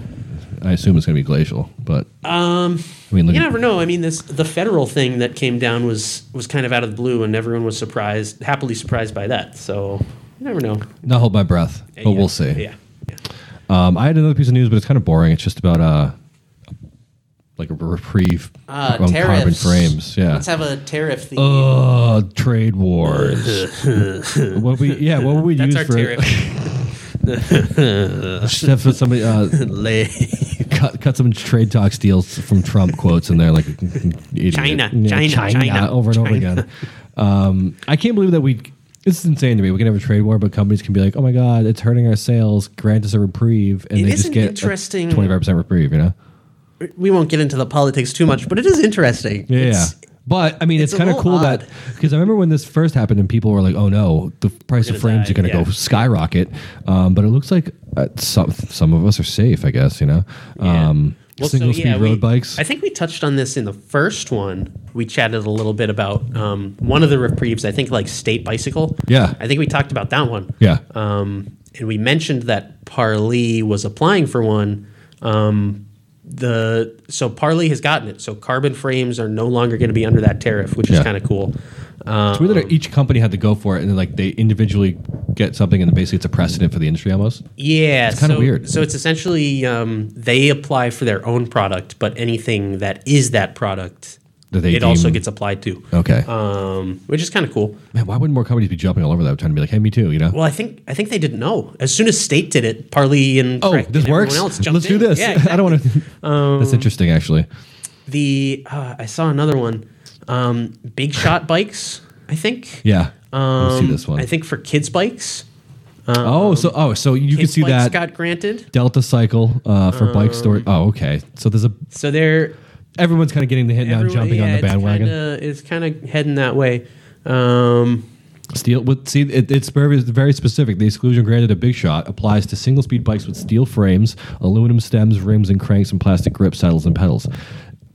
I assume it's going to be glacial. But um, I mean, look You at- never know. I mean, this the federal thing that came down was was kind of out of the blue, and everyone was surprised, happily surprised by that. So you never know. not hold my breath, but Yeah. we'll see. Yeah. yeah. Um, I had another piece of news, but it's kind of boring. It's just about uh, like a reprieve Uh, on carbon frames. Yeah. Let's have a tariff theme. Oh, trade wars. *laughs* what we yeah, what would we use That's our for *laughs* tariff. *laughs* Just have somebody uh, cut cut some trade talks deals from Trump quotes in there, like idiot. China, Yeah, China, China, over and over China. again. Um, I can't believe that we. It's insane to me. We can have a trade war, but companies can be like, "Oh my god, it's hurting our sales. Grant us a reprieve," and It they isn't just get interesting- twenty five percent reprieve. You know, we won't get into the politics too much, but it is interesting. yeah. It's- But I mean, it's, it's a kind of little cool that odd. because I remember when this first happened and people were like, "Oh no, the price of gonna frames die, are going to yeah. go skyrocket." Um, but it looks like uh, some some of us are safe, I guess. You know, Yeah. um, Well, so, single speed yeah, road we- bikes. I think we touched on this in the first one. We chatted a little bit about um, one of the reprieves. I think like state bicycle. Yeah. I think we talked about that one. yeah, Um, and we mentioned that Parley was applying for one. Um, the so Parley has gotten it. So carbon frames are no longer going to be under that tariff, which Yeah. is kind of cool. It's weird Um. that each company had to go for it, and then, like they individually get something, and then basically it's a precedent for the industry almost. Yeah, It's kinda so- weird. So it's essentially um, they apply for their own product, but anything that is that product, That they it also deem- Oh. gets applied to. Okay, Um, which is kind of cool. man, why wouldn't more companies be jumping all over that, trying to be like, "Hey, me too," you know? Well, I think I think they didn't know. As soon as State did it, Parley and oh, Freck this and works. everyone else jumped Let's do in. this. *laughs* Yeah, Um, I don't want to. That's interesting, actually. the uh, I saw another one, um, Big Shot bikes. I think. Yeah, Um, Let's see this one. I think for kids bikes. Um, oh, so oh, so you can Kids see bikes that got granted. Delta cycle uh, for bike Um, store. Oh, okay. So there's a So they're everyone's kind of getting the hit now, and everyone- jumping on yeah, the bandwagon. It's kind of heading that way. Um, Steel with see it, it's very very specific. The exclusion granted a big shot applies to single speed bikes with steel frames, aluminum stems, rims and cranks, and plastic grip saddles and pedals.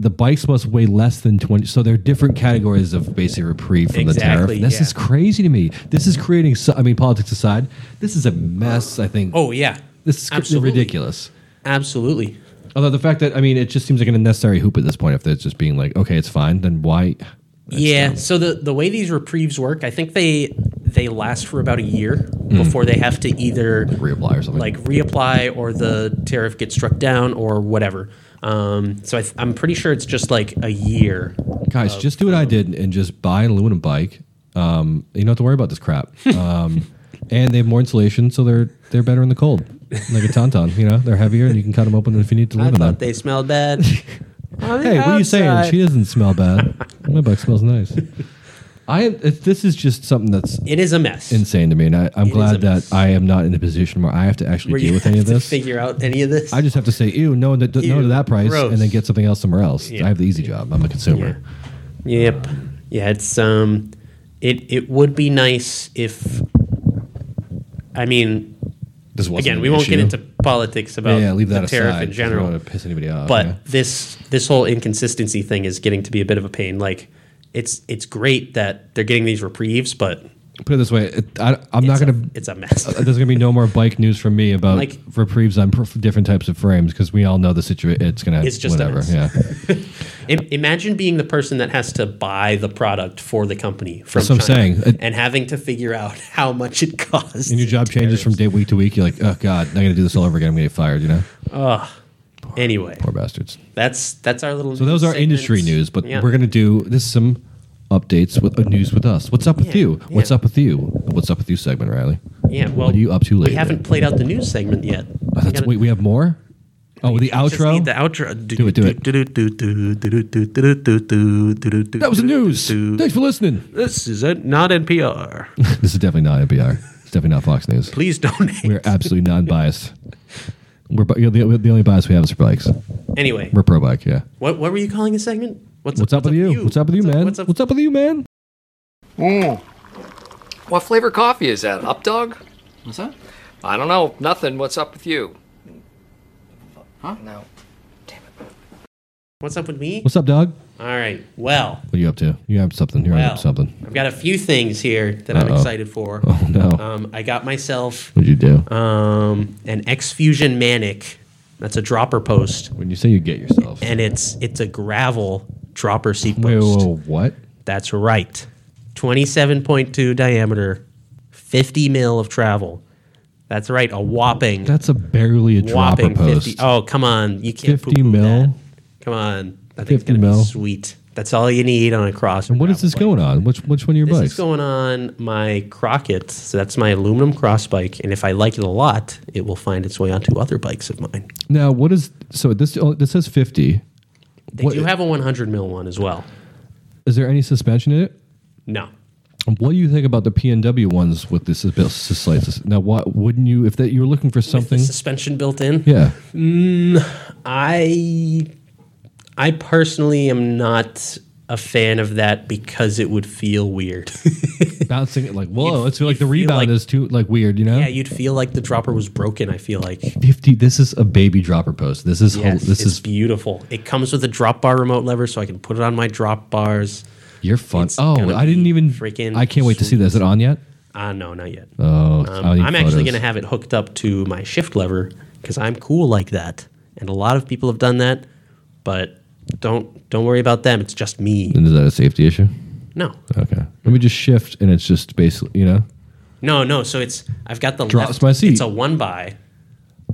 The bikes must weigh less than twenty, so they're different categories of basic reprieve from the Exactly, tariff. This yeah. is crazy to me. This is creating. So, I mean, politics aside, this is a mess. I think. oh yeah, this is cr- absolutely. ridiculous. Absolutely. Although the fact that I mean, it just seems like an unnecessary hoop at this point. If they're just being like, okay, it's fine, then why? yeah. So the the way these reprieves work, I think they they last for about a year Hmm. before they have to either Reapply or something. like reapply or the tariff gets struck down or whatever. Um, so I th- I'm pretty sure it's just like a year. guys, just do what I did and just buy an aluminum bike. Um, you don't have to worry about this crap. Um, and they have more insulation, so they're they're better in the cold, like a tauntaun. You know, they're heavier, and you can cut them open if you need to I live in them. thought they smelled *laughs* bad. Hey, what are you saying? She doesn't smell bad. My bike smells *laughs* nice. I it, this is just something that's it is a mess. insane to me, and I, I'm is a glad that mess. I am not in a position where I have to actually Where deal you with any of have to this. Figure out any of this. I just have to say, ew, no, no, no to Ew, that price, gross. and then get something else somewhere else. Yeah. I have the easy job. I'm a consumer. Yep. Yeah, it's um it it would be nice if I mean This wasn't again, an we won't get issue. into politics yeah, about yeah, leave that the tariff aside. in general. to piss anybody off. But yeah. this this whole inconsistency thing is getting to be a bit of a pain. Like it's it's great that they're getting these reprieves, but put it this way, it, I, I'm not it's a- going to. it's a mess. There's going to be no more bike news from me about Like- reprieves on pr- different types of frames because we all know the situation. It's going to. It's just a whatever. mess. Yeah, I- imagine being the person that has to buy the product for the company from That's what I'm China saying. It- and having to figure out how much it costs. and your job changes from day week to week. You're like, oh god, I'm going to do this all over again. I'm going to get fired. You know, anyway. poor bastards. That's that's our little. So those are industry news, but we're going to do this is some updates with uh, news with us. What's up with Yeah, you? What's yeah. up with you? What's up with you segment, Riley? Yeah, well, what are you up to lately? We haven't played out the news segment yet. Oh, that's, gotta- wait, we have more. Oh, the Just outro. need the outro. Do it, do it. it. that was the news. Thanks for listening. *laughs* This is it, not NPR. This is definitely not NPR. It's definitely not Fox News. Please donate. We're absolutely non-biased. We're bu- you know, the, the only bias we have is for bikes. anyway, We're pro bike. Yeah. what what were you calling this segment? What's up with you? What's up with you, man? What's up, with you, man? What flavor coffee is that? Up dog? What's that? I don't know. Nothing. What's up with you? Huh? No. What's up with me? What's up, dog? All right. Well, What are you up to? You have something? You're well, up to something? *laughs* I've got a few things here that I'm Uh-oh. excited for. Oh no! Um, I got myself What'd you do? um, an X Fusion Manic. That's a dropper post, when you say you get yourself? and it's it's a gravel dropper seat post. Wait, whoa, whoa, what? That's right. 27.2 diameter, 50 mil of travel. That's right, a whopping, That's a barely a dropper whopping post. 50. Oh, come on. You can't 50 50 mil. mil? Come on. I 50 think it's going to mil. be sweet. That's all you need on a cross. And what is this going on? Which which one of your This bikes? is going on my Crockett. So that's my aluminum cross bike. And if I like it a lot, it will find its way onto other bikes of mine. now, what is so this? oh, This says fifty. They What- do have a 100 mil one as well. Is there any suspension in it? No. What do you think about the PNW ones with the sus- sus- slices? Now, why wouldn't you if that you were looking for With the something? suspension built in. Hmm? Yeah, I I personally am not a fan of that because it would feel *laughs* weird. bouncing it like *laughs* whoa. You'd- It's like the you'd feel rebound like- is too like weird, you know. yeah, you'd feel like the dropper was broken, I feel like. Fifty. This is a baby dropper post. This is hol- Yes, this it's is beautiful. It comes with a drop bar remote lever so I can put it on my drop bars. you're fun. it's Oh, gonna I didn't be even. freaking I can't wait to see that. Is it on yet? Ah, no, not yet. Oh, Um, I'll need I'm actually photos. going to have it hooked up to my shift lever because I'm cool like that. And a lot of people have done that, but don't don't worry about them. It's just me. And is that a safety issue? No, Okay. Let me just shift, and it's just basically, you know. no, no. So it's I've got the Drops left. my seat. It's a one by.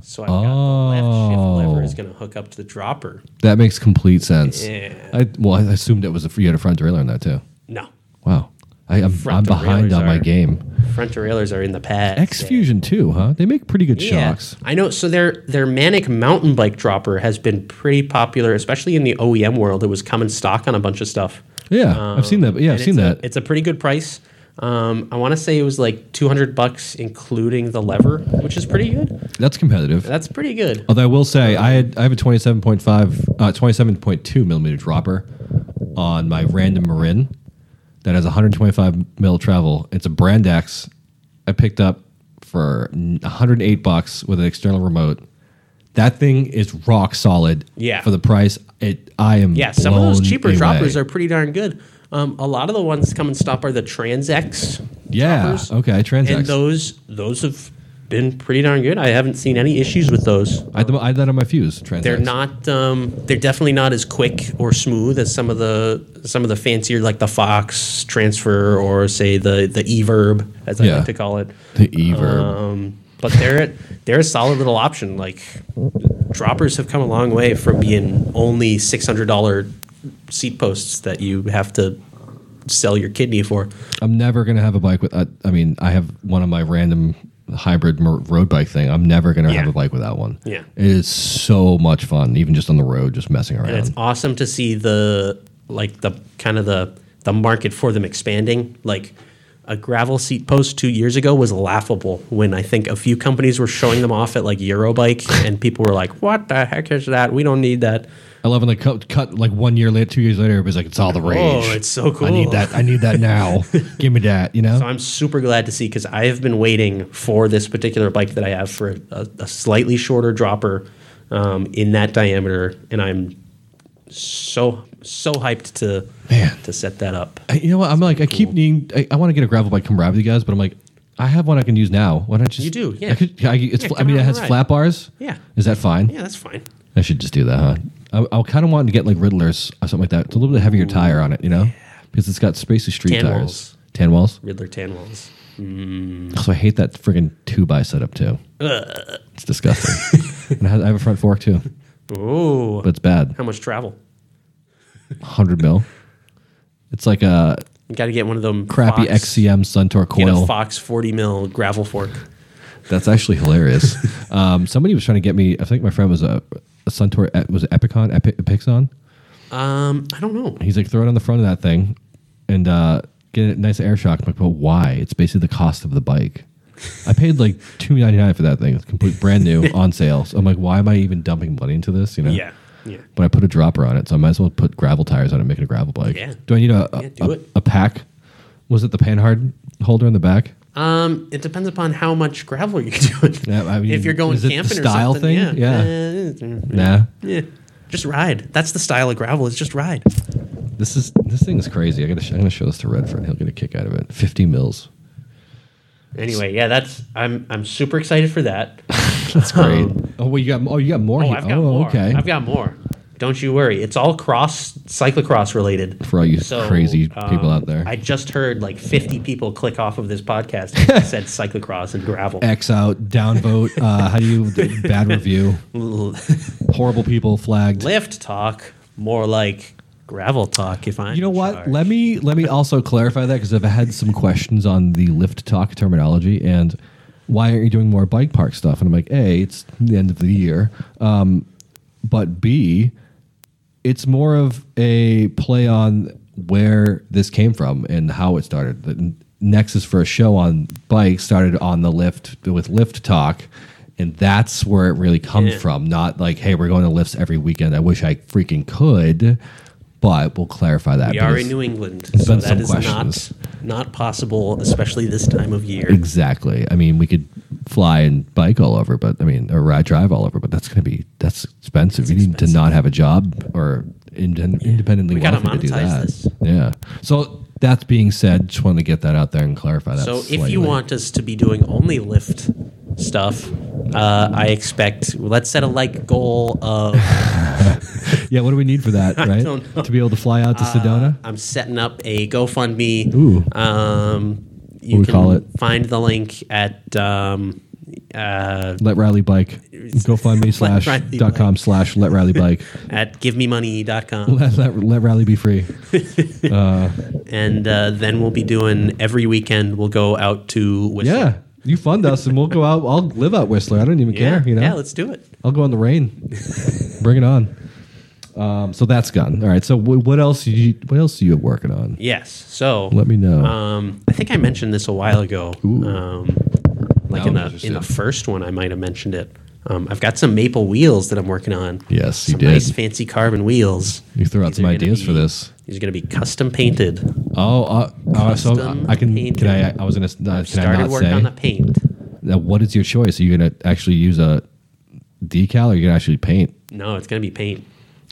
So I've got the left shift lever is Oh. going to hook up to the dropper. That makes complete sense. Yeah. I well, I assumed it was a you had a front derailleur on that too. No, Wow. I, I'm, I'm Front behind derailleurs on my are- game. front derailleurs are in the pad. X Fusion too, huh? They make pretty good Yeah. shocks. I know. So their their Manic mountain bike dropper has been pretty popular, especially in the OEM world. It was common stock on a bunch of stuff. Yeah, I've seen that. Yeah, I've Um, And seen it's that. A, it's a pretty good price. Um, I want to say it was like two hundred bucks, including the lever, which is pretty good. That's competitive. That's pretty good. Although I will say, I had I have a 27.5, uh, 27.2 millimeter dropper on my random Marin that has 125 mil travel. It's a brand X. I picked up for 108 bucks with an external remote. That thing is rock solid. Yeah. For the price, it I am. Yeah, some of those blown cheaper away. droppers are pretty darn good. Um, a lot of the ones common stock are the Transex. Yeah. droppers. Okay. Transax. and those those have been pretty darn good. I haven't seen any issues with those. I had, them- I had that on my fuse. Transax. They're not. Um, they're definitely not as quick or smooth as some of the some of the fancier, like the Fox Transfer or say the the Everb, as I Yeah. like to call it. the Ever. Um, but they're they're a solid little option. Like droppers have come a long way from being only six hundred dollar seat posts that you have to sell your kidney for. I'm never gonna have a bike with. uh, I, I mean, I have one of my random hybrid mer- road bike thing. I'm never gonna have Yeah. a bike without one. Yeah. it is so much fun, even just on the road, just messing around. And it's awesome to see the like the kind of the the market for them expanding. Like a gravel seat post two years ago was laughable when I think a few companies were showing them off at like Eurobike *laughs* and people were like, "What the heck is that? We don't need that." I love when they cut, cut like one year later, two years later, everybody's like, "It's all the rage." Oh, it's so cool. I need that. I need that now. Give me that. You know. *laughs* So I'm super glad to see because I have been waiting for this particular bike that I have for a, a slightly shorter dropper um, in that diameter, and I'm so so hyped to Man. to set that up. I- you know what? I'm like, I keep needing. I, I want to get a gravel bike, come ride with you guys, but I'm like, I have one I can use now. Why don't I just? You do, yeah. I, could, I, it's, Yeah, fl- I come mean, it out and has ride. flat bars. Yeah. Is that fine? Yeah, that's fine. I should just do that, huh? I, I kind of want to get like Riddlers or something like that. It's a little bit heavier tire on it, you know, because it's got spacey street Tan tires, walls. tan walls. Riddler tan walls. Also, I hate that friggin' two by setup too. It's *laughs* disgusting. and I have, I have a front fork too, Oh, but it's bad. how much travel? Hundred mil. It's like a You got to get one of them crappy Fox- XCM Suntour Get coil. a Fox 40 mil gravel fork. That's actually *laughs* hilarious. um, somebody was trying to get me. I think my friend was a, a Suntour. Was it Epicon? Epi- Epixon? Um, I don't know. He's like, throw it on the front of that thing and uh, get a nice air shock. I'm like, well, why? It's basically the cost of the bike. I paid like two ninety nine for that thing. It's complete brand *laughs* new on sale. So I'm like, why am I even dumping money into this? You know? Yeah, yeah. But I put a dropper on it, so I might as well put gravel tires on it, and make it a gravel bike. Yeah. Do I need a a, Yeah, do a- it. a pack? Was it the Panhard holder in the back? Um, it depends upon how much gravel you're *laughs* doing. Yeah, I mean, if you're going is it the camping style or something, thing? yeah, yeah. Nah. yeah. Just ride. That's the style of gravel. Is just ride. This is this thing is crazy. I gotta sh- I'm gonna show this to Redford. He'll get a kick out of it. Fifty mils. Anyway, yeah. That's I'm I'm super excited *laughs* for that. *laughs* That's great. oh well, you got oh you got more. Oh, here. I've got more. okay. I've got more. Don't you worry. It's all cross cyclocross related. For all you crazy um, people out there. I just heard like 50 people click off of *laughs* this podcast and said cyclocross and gravel. X out, downvote. Uh, how do you bad review? *laughs* Horrible people flagged. Lift talk, more like gravel talk. If I, You know what? Let me let me also clarify that because I've had some questions on the lift talk terminology and why aren't you doing more bike park stuff? And I'm like, a, it's the end of the year, um, but b, it's more of a play on where this came from and how it started. The Nexus for a show on bikes started on the lift with lift talk. And that's where it really comes Yeah. from. Not like, hey, we're going to lifts every weekend. I wish I freaking could, but we'll clarify that. We are in because- New England, there's so been some that is not questions. not possible, especially this time of year. Exactly. I mean, we could fly and bike all over, but I mean, or ride drive all over, but that's going to be that's expensive. you need to not have a job or independ- independently We gotta wealthy to do monetize that. this. Yeah. So that being said, just wanted to get that out there and clarify that. So if slightly. you want us to be doing only lift stuff, uh, I expect let's set a like goal of yeah, what do we need for *laughs* that, right? don't know. Uh, To be able to fly out to Sedona? I'm setting up a GoFundMe. Ooh. Um, you What we can call it? find the link at um, uh, Let Riley *laughs* bike. GoFundMe slash Riley dot com bike. slash let Riley *laughs* bike. at givememoney.com. let, let, let Riley be free. and uh, then we'll be doing every weekend. We'll go out to Whistler. Yeah. You fund us and we'll go out. I'll live out Whistler. I don't even yeah, care. You know? yeah. Let's do it. I'll go in the rain. Bring it on. Um, so that's gone. All right. So w- what else? You, what else are you working on? Yes. So Let me know. Um, I think I mentioned this a while ago. Um, like Now in I'm the in interested. the first one, I might have mentioned it. Um, I've got some maple wheels that I'm working on. Yes, you some did. nice fancy carbon wheels. You threw out These some are gonna ideas for be- this. These are going to be custom painted. Oh, uh, uh, so Custom I can. painted. Can I? I was gonna. Uh, can I Started not work on the say? paint. Now, what is your choice? Are you gonna actually use a decal, or you gonna actually paint? No, it's going to be paint.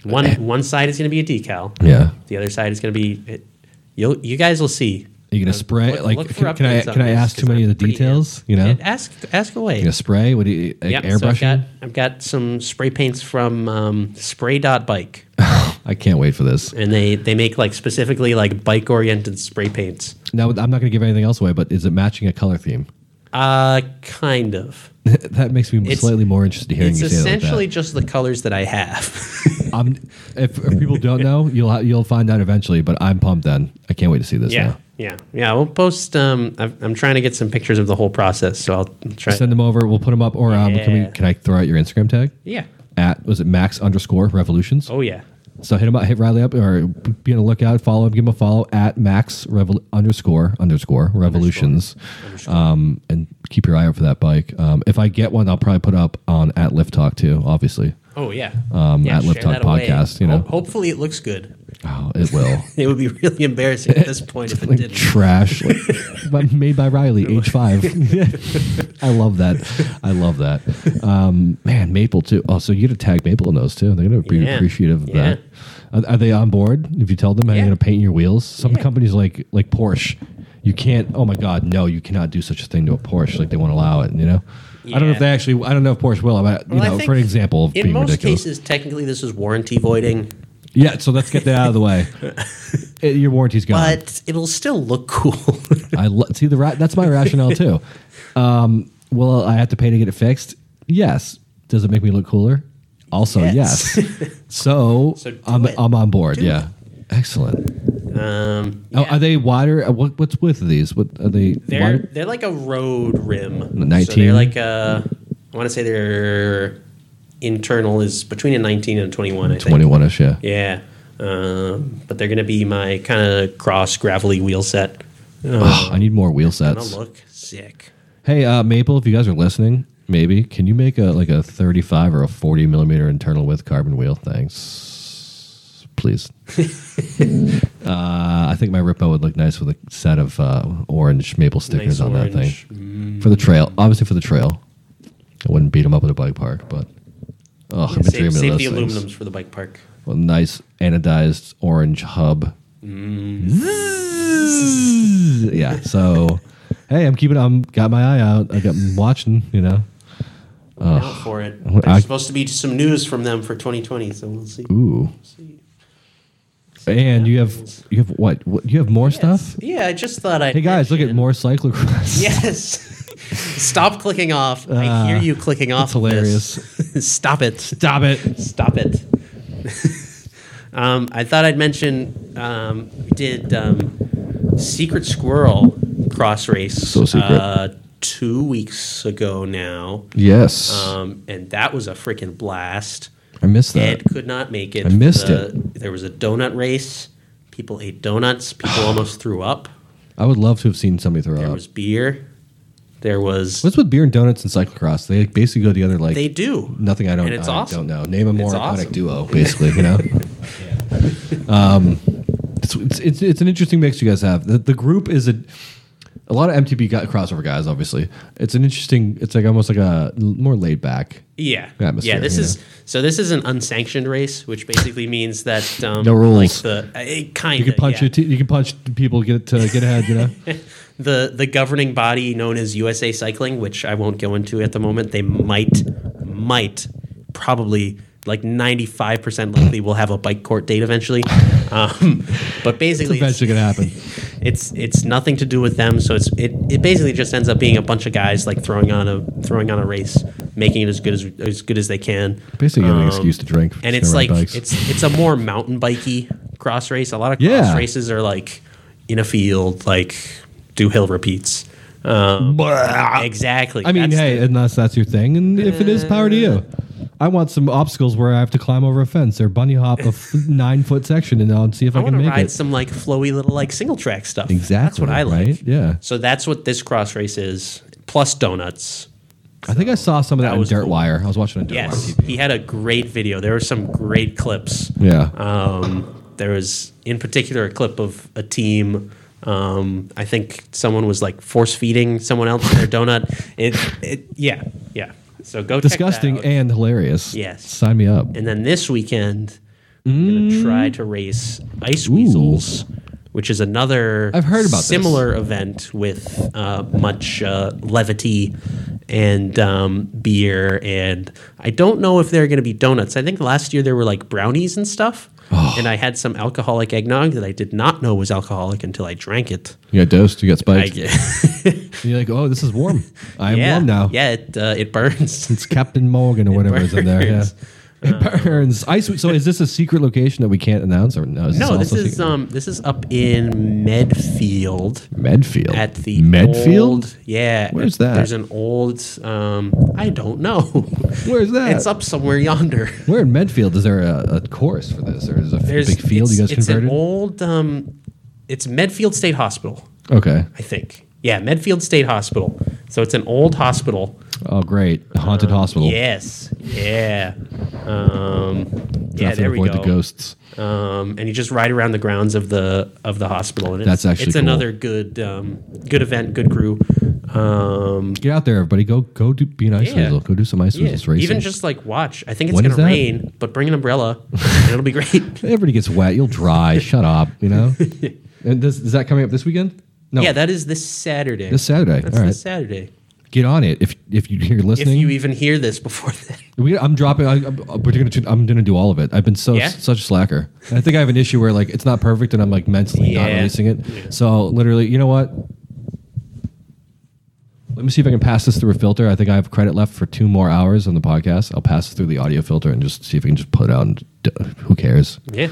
One one side is going to be a decal. Eh. Yeah. The other side is going to be. It, you'll you guys will see. Are you gonna spray? Uh, Look- like, look for can, can I? updates on Can I this, ask too 'cause many I'm of the pretty in. details? You know. Yeah, You ask ask away. gonna spray? What do you? Like Yep, so I've airbrushing? got, I've got some spray paints from um, Spray Dot Bike, I can't wait for this. and they they make like specifically like bike oriented spray paints. Now I'm not gonna give anything else away, but is it matching a color theme? Uh, kind of. that makes me It's- slightly more interested in hearing It's you say it like that. essentially just the colors that I have. *laughs* I'm, if, if people don't know, you'll ha- you'll find out eventually. But I'm pumped. Then I can't wait to see this. yeah, now. yeah, yeah. We'll post. Um, I've, I'm trying to get some pictures of the whole process, so I'll try. send them over. We'll put them up. Or um, can Yeah. we? Can I throw out your Instagram tag? yeah. At was it Max underscore Revolutions? Oh yeah. So hit him up, hit Riley up, or be on the lookout. Follow him, give him a follow at Max Revol- underscore underscore Revolutions, Um, and keep your eye out for that bike. Um, if I get one, I'll probably put up on at Lift Talk too. Obviously, Oh yeah. Um, yeah, at Lip share Talk that away. Podcast, you know. Ho- hopefully it looks good. oh, it will. It would be *laughs* really embarrassing at this point if it *laughs* like didn't. trash *laughs* like, but made by riley age five i love that i love that um, man maple too oh so you got to tag maple in those too they're gonna be Yeah. appreciative of that are, are they on board if you tell them hey, Yeah. you're gonna paint your wheels some Yeah. companies like like porsche you can't oh my god no you cannot do such a thing to a porsche like they won't allow it you know i don't know Yeah. if they actually i don't know if porsche will but you Well, I know think for an example of In being most ridiculous cases, technically, this is warranty voiding, yeah so let's get that out of the *laughs* way Eh, your warranty's gone but it'll still look cool. *laughs* I lo- see the ra- that's my rationale too. Um, well, I have to pay to get it fixed. Yes. Does it make me look cooler? Also, yes. Yes. *laughs* so So do I'm, it. I'm on board. Do yeah. Excellent. um, Oh, yeah. are they wider? uh, What, what's with these? What are they? They're wider? they're like a road rim. So 19? they're like a. I want to say their internal is between a 19 and a 21. I think. 21 ish. Yeah. Yeah. Um, but they're going to be my kind of cross gravelly wheel set. Ugh, *sighs* I need more wheel Gonna sets. look sick. Hey, uh, Maple, if you guys are listening, maybe can you make a like a 35 or a 40 millimeter internal width carbon wheel? Thanks, *laughs* please. uh, I think my Rippo would look nice with a set of uh, orange maple stickers Nice on that orange. Mm. thing for the trail. Obviously for the trail, I wouldn't beat them up at a bike park, but oh, I've been Save, dreaming save of the those things. aluminums for the bike park. A nice anodized orange hub. Mm. Zzzz. Yeah. So, hey, I'm keeping. I'm got my eye out. I got I'm watching. You know. Out for it. Well, There's I- supposed to be some news from them for 2020, so we'll see. Ooh. And you have you have what? what you have more stuff? Yeah, I just thought I. Hey guys, look at more cyclocross. *laughs* Yes. Stop clicking off. I Ah, hear you clicking off. of this. *laughs* Stop it. Stop it. Stop it. *laughs* um, I thought I'd mention um, we did um, Secret Squirrel cross race. So secret. Uh, two weeks ago now. Yes. Um, and that was a freaking blast. I missed that. Ed could not make it. I missed it. There was a donut race. People ate donuts. *sighs* People almost threw up. I would love to have seen somebody throw There up. was beer. There was. What's with beer and donuts and cyclocross? They basically go together like they do. nothing I don't, And it's I awesome. don't know. Name a more It's iconic awesome. duo, basically, you *laughs* know? um, it's, it's, it's, it's an interesting mix you guys have. The, the group is a, a lot of MTB got crossover guys, obviously. It's an interesting, it's like almost like a more laid back. Yeah. atmosphere, yeah. This you is know? so. This is an unsanctioned race, which basically means that um, No rules. Like the it kind You of can punch your te- you can punch people get to get ahead, you *laughs* know. the the governing body known as USA Cycling, which I won't go into at the moment. They might might probably like 95% likely we'll have a bike court date *laughs* eventually. Um, but basically, it's, Eventually, gonna happen. it's it's nothing to do with them. So it's it, it basically just ends up being a bunch of guys like throwing on a throwing on a race, making it as good as as good as they can. Basically, you have an Um, excuse to drink. Just and it's gonna like ride bikes. it's it's a more mountain bikey cross race. A lot of cross Yeah. races are like in a field, like do hill repeats. Um, exactly. I mean, That's hey, the- unless that's your thing, and if it is, power to you. I want some obstacles where I have to climb over a fence or bunny hop a f- *laughs* nine foot section and I'll see if I, I want can to make ride it. some like flowy little like single track stuff. That's Exactly, what I like. right? Yeah. So that's what this cross race is. Plus donuts. I think I saw some of that, That on was Dirt cool. Wire. I was watching on Dirt Yes, Wire. TV. he had a great video. There were some great clips. Yeah. Um, there was, in particular, a clip of a team. Um, I think someone was like force feeding someone else their donut. It, it, yeah, yeah. So go Disgusting Check that out. and hilarious. Yes. Sign me up. And then this weekend, I'm gonna try to race ice weasels, which is another I've heard about this. similar event with uh, much uh, levity and um, beer. And I don't know if there are gonna be donuts. I think last year there were like brownies and stuff. Oh. And I had some alcoholic eggnog that I did not know was alcoholic until I drank it. You got dosed. You got *laughs* I, spiked. And you're like, oh, this is warm. I am yeah, warm now. Yeah, it, uh, it burns. It's Captain Morgan or whatever is in there. Yeah. burns. Uh-huh. It burns. Ice. So is this a secret location that we can't announce or no? Is *laughs* No, this also is secret? um, this is up in Medfield. Medfield. at the Medfield. old- yeah, Where's that? There's an old. Um, I don't know. *laughs* Where's that? It's up somewhere *laughs* yonder. Where in Medfield is there a, a chorus for this, or is a f- There's big field it's, you guys it's converted? an old. Um, it's Medfield State Hospital, okay. I think. Yeah, Medfield State Hospital. So it's an old hospital. Oh, great. A haunted Uh, hospital. Yes. Yeah. Um, yeah. Nothing There we avoid go. the ghosts. um, and you just ride around the grounds of the of the hospital. And That's it's, actually it's cool. another good um, good event, good crew. Um, Get out there, everybody. Go, go do be an ice Yeah. weasel. Go do some ice Yeah, weasels racing. Even just like watch. I think it's When gonna is that? rain, but bring an umbrella. and it'll be great. everybody gets wet. You'll *laughs* dry. Shut up. You know. And this is that coming up this weekend? *laughs* No. Yeah, that is this Saturday. This Saturday. That's All right. this Saturday. Get on it. If if you- you're If listening, you even hear this before then, We, I'm dropping. I, I'm, we're gonna. do- I'm gonna do all of it. I've been so Yeah? such a slacker. And I think I have an issue where like it's not perfect, and I'm like mentally not Yeah. releasing it. So I'll literally, you know what? Let me see if I can pass this through a filter. I think I have credit left for two more hours on the podcast. I'll pass it through the audio filter and just see if I can just put it out. And d- who cares? *laughs* yeah.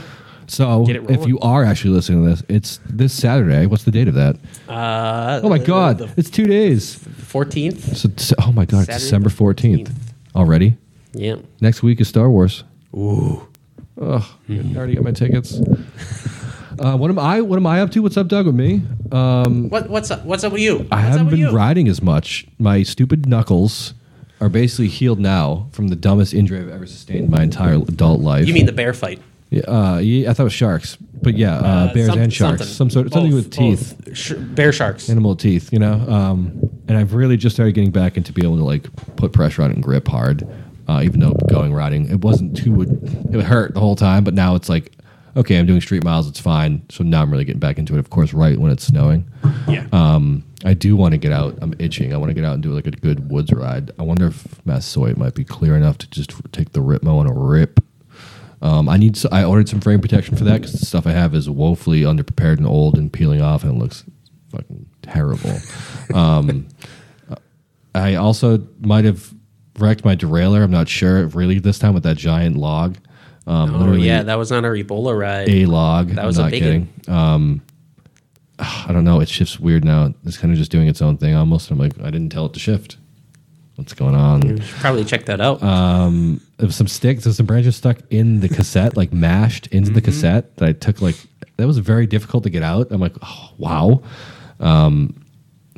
So Get it if rolling. you are actually listening to this, it's this Saturday. What's the date of that? Uh, Oh my God! it's two days. Fourteenth. So, so- oh my God! Saturday the it's December fourteenth 14th. already. Yeah. Next week is Star Wars. Ooh. Ugh. I already got my tickets. Uh, what am I? What am I up to? What's up, Doug? With me? What what's up? What's up with you? I What's up haven't with been you? riding as much. My stupid knuckles are basically healed now from the dumbest injury I've ever sustained in my entire adult life. You mean the bear fight? Uh, yeah, I thought it was sharks, but yeah, uh, bears some- and sharks. something. Some sort of something Both, with teeth, both. Sh- bear sharks. animal teeth. You know. Um, and I've really just started getting back into being able to like put pressure on it and grip hard. Uh, even though going riding, it wasn't too. It hurt the whole time, but now it's like, okay, I'm doing street miles. It's fine. So now I'm really getting back into it. Of course, right when it's snowing. yeah. uh, I do want to get out. I'm itching. I want to get out and do like a good woods ride. I wonder if Massasoit might be clear enough to just take the Ripmo on a rip. Um, I need. s- I ordered some frame protection for that because the stuff I have is woefully underprepared and old and peeling off, and it looks fucking terrible. um, I also might have wrecked my derailleur. I'm not sure really this time with that giant log. Um, oh literally yeah. That was on our Ebola ride. a log. That was I'm a not big kidding. Um, ah, I don't know. It shifts weird now. It's kind of just doing its own thing almost. I'm like, I didn't tell it to shift. What's going on? You should probably check that out. Uh, There was some sticks, there's some branches stuck in the cassette, like mashed into Mm-hmm. the cassette that I took like that was very difficult to get out. I'm like, oh, wow. Um,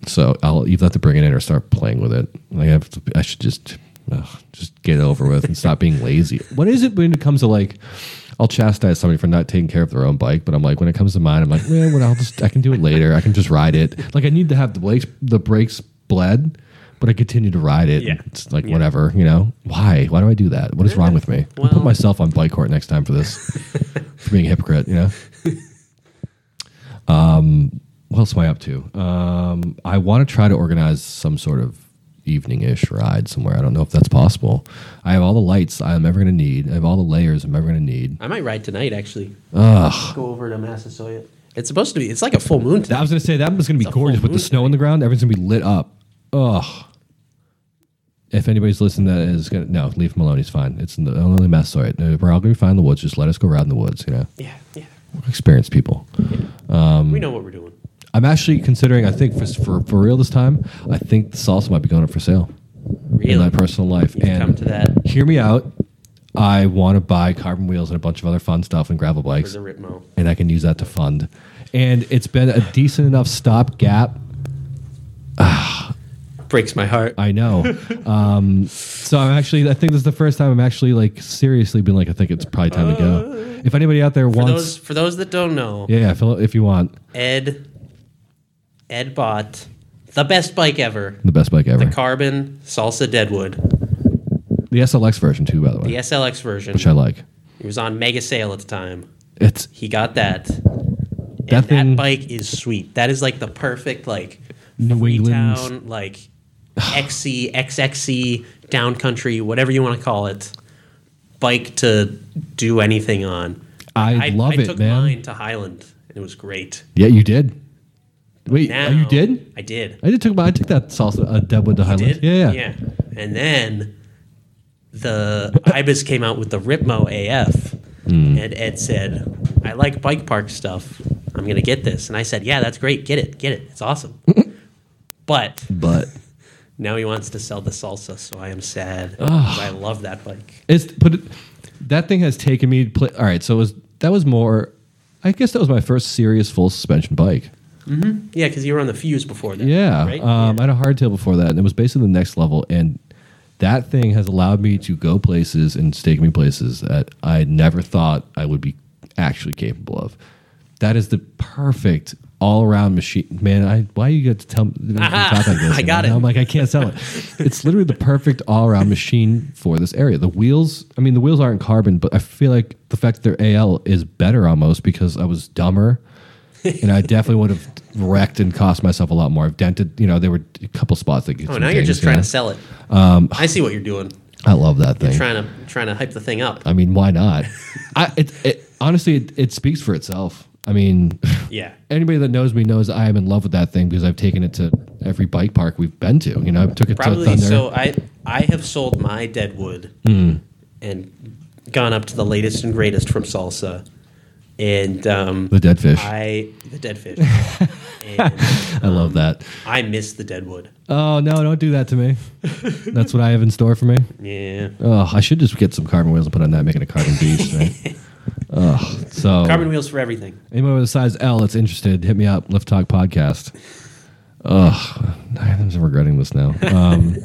so I'll either have to bring it in or start playing with it. Like I have to, I should just ugh, just get it over with and stop being lazy. What is it when it comes to like I'll chastise somebody for not taking care of their own bike, but I'm like when it comes to mine, I'm like, well, what I'll just I can do it later. I can just ride it. Like I need to have the brakes the brakes bled, but I continue to ride it. Yeah. It's like whatever, you know. Why? Why do I do that? What is wrong with me? I'll Well- put myself on bike court next time for *laughs* this. for being a hypocrite, you know. um, Uh, what else am I up to? Um, I want to try to organize some sort of evening ish ride somewhere. I don't know if that's possible. I have all the lights I'm ever going to need. I have all the layers I'm ever going to need. I might ride tonight actually. Go over to Massasoit. It's supposed to be. It's like a full moon That- I tonight. was going to say that one's going to be a full gorgeous with the moon snow on the ground. Everything's going to be lit up. Ugh. If anybody's listening, that is going to no leave him alone. He's fine. It's the only mess. Sorry, we're all going to be fine in the woods. Just let us go ride in the woods. You know, Yeah, yeah. experienced people. we know what we're doing. I'm actually considering. I think for for, for real this time, I think the salsa might be going up for sale in Really. my personal life. You've and come to that hear me out. I want to buy carbon wheels and a bunch of other fun stuff and gravel for bikes, the Ritmo. and I can use that to fund. And it's been a decent enough stop gap Breaks my heart. I *laughs* know. um, so I'm actually. I think this is the first time I'm actually like seriously been like. I think it's probably time to go. If anybody out there For wants, those for those that don't know, yeah, yeah, if, if you want Ed Ed bought the best bike ever. the best bike ever, The the, Carbon Salsa Deadwood, SLX version too, by the way, the SLX version. which I like. It was on mega sale at the time. It's He got that. That and thing- that bike is sweet. That is like the perfect like New England. town like E, XC XXC downcountry whatever you want to call it bike to do anything on. I, love I it, took man. mine to Highland and it was great. Yeah, you did. Wait, Now oh, you did? I did. I did took my. I took that salsa uh, Deadwood to Highland. did? Yeah, yeah, And then the Ibis came out with the Ripmo AF, Hmm. and Ed said, "I like bike park stuff. I'm gonna get this." And I said, "Yeah, that's great. Get it. Get it. *laughs* It's awesome." but But now he wants to sell the salsa, so I am *sighs* sad. 'cause I love that bike. it's but it, that thing has taken me. to Play, all right, so it was that was more. I guess that was my first serious full suspension bike. Yeah, because you were on the fuse before that. Yeah. Right? Um, I had a hardtail before that, and it was basically the next level. And that thing has allowed me to go places and stake me places that I never thought I would be actually capable of. That is the perfect all around machine. Man, I why you got to tell me *laughs* you talk like this? I got And it. I'm like, I can't sell it. it's literally the perfect all around machine for this area. The wheels, I mean, the wheels aren't carbon, but I feel like the fact that they're AL is better almost because I was dumber and I definitely would have wrecked and cost myself a lot more. I've dented, you know, there were a couple spots that. Oh, now you're just trying to sell it. Um, I see what you're doing. I love that thing. Trying to trying to hype the thing up. I mean, why not? I it, it honestly it, it speaks for itself. I mean, *laughs* Yeah. anybody that knows me knows I am in love with that thing because I've taken it to every bike park we've been to. You know, I took it to Probably Thunder. Hmm. so. I I have sold my Deadwood and gone up to the latest and greatest from Salsa, and um, the dead fish. I, I um, the Dead Fish. and love that. I miss the Deadwood. Oh no, don't do that to me. That's what I have in store for me. Yeah, Oh, I should just get some carbon wheels and put on that, making a carbon beast. *laughs* Right? oh, so carbon wheels for everything. Anyone with a size L that's interested, hit me up. Lift Talk Podcast. Ugh, I'm just regretting this *laughs* now. Um,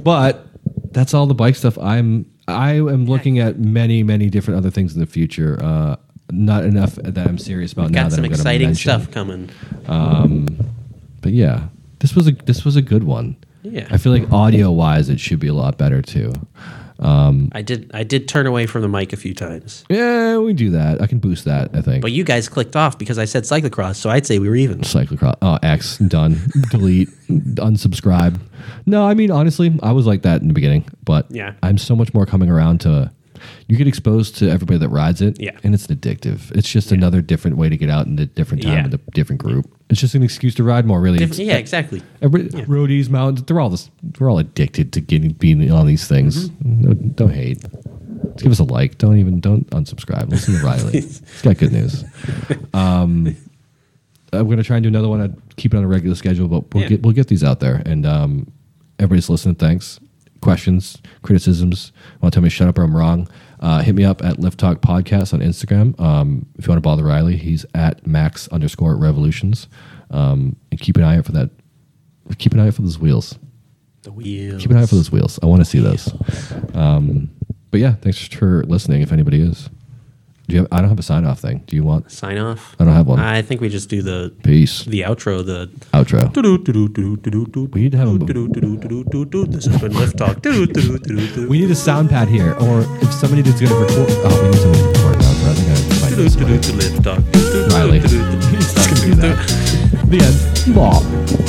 but that's all the bike stuff. I'm I am looking at many many different other things in the future. Uh, not enough that I'm serious about now. Got that some I'm gonna exciting mention. stuff coming. But yeah, this was a this was a good one. Yeah. I feel like audio wise, it should be a lot better too. I did I did turn away from the mic a few times, Yeah, we do that. I can boost that. I think. but you guys clicked off because I said cyclocross, so I'd say we were even. cyclocross. Oh, X done. *laughs* Delete. Unsubscribe. No, I mean honestly, I was like that in the beginning, but Yeah. I'm so much more coming around to. You get exposed to everybody that rides it, Yeah. and it's addictive. It's just another different way to get out in a different time Yeah. with a different group. It's just an excuse to ride more, really. If- It's- yeah, exactly. Every, Roadies, mountains, they're all this, we're all addicted to getting being on these things. Mm-hmm. No, don't hate. Just give us a like. Don't even don't unsubscribe. Listen to Riley. He's got good news. Um, I'm gonna try and do another one. I'd keep it on a regular schedule, but we'll Yeah. get we'll get these out there. And um, everybody's listening. Thanks. Questions, criticisms. Want to tell me to shut up or I'm wrong? Uh, hit me up at Lift Talk Podcast on Instagram. Um, if you want to bother Riley, he's at Max underscore Revolutions. Um, and keep an eye out for that keep an eye out for those wheels. The wheels. Keep an eye out for those wheels. I want to see those. Um, but yeah, thanks for listening. If anybody is, do you have? I don't have a sign off thing. Do you want? Sign off. I don't have one. I think we just do the Peace. the outro. The Outro. We need to have a- This has been Lift Talk. We need a sound pad here, or if somebody that's going to record. Oh, we need somebody to record an outro. I think I have to find somebody. Lift Talk. Riley. He's not gonna do that. The end. Blah.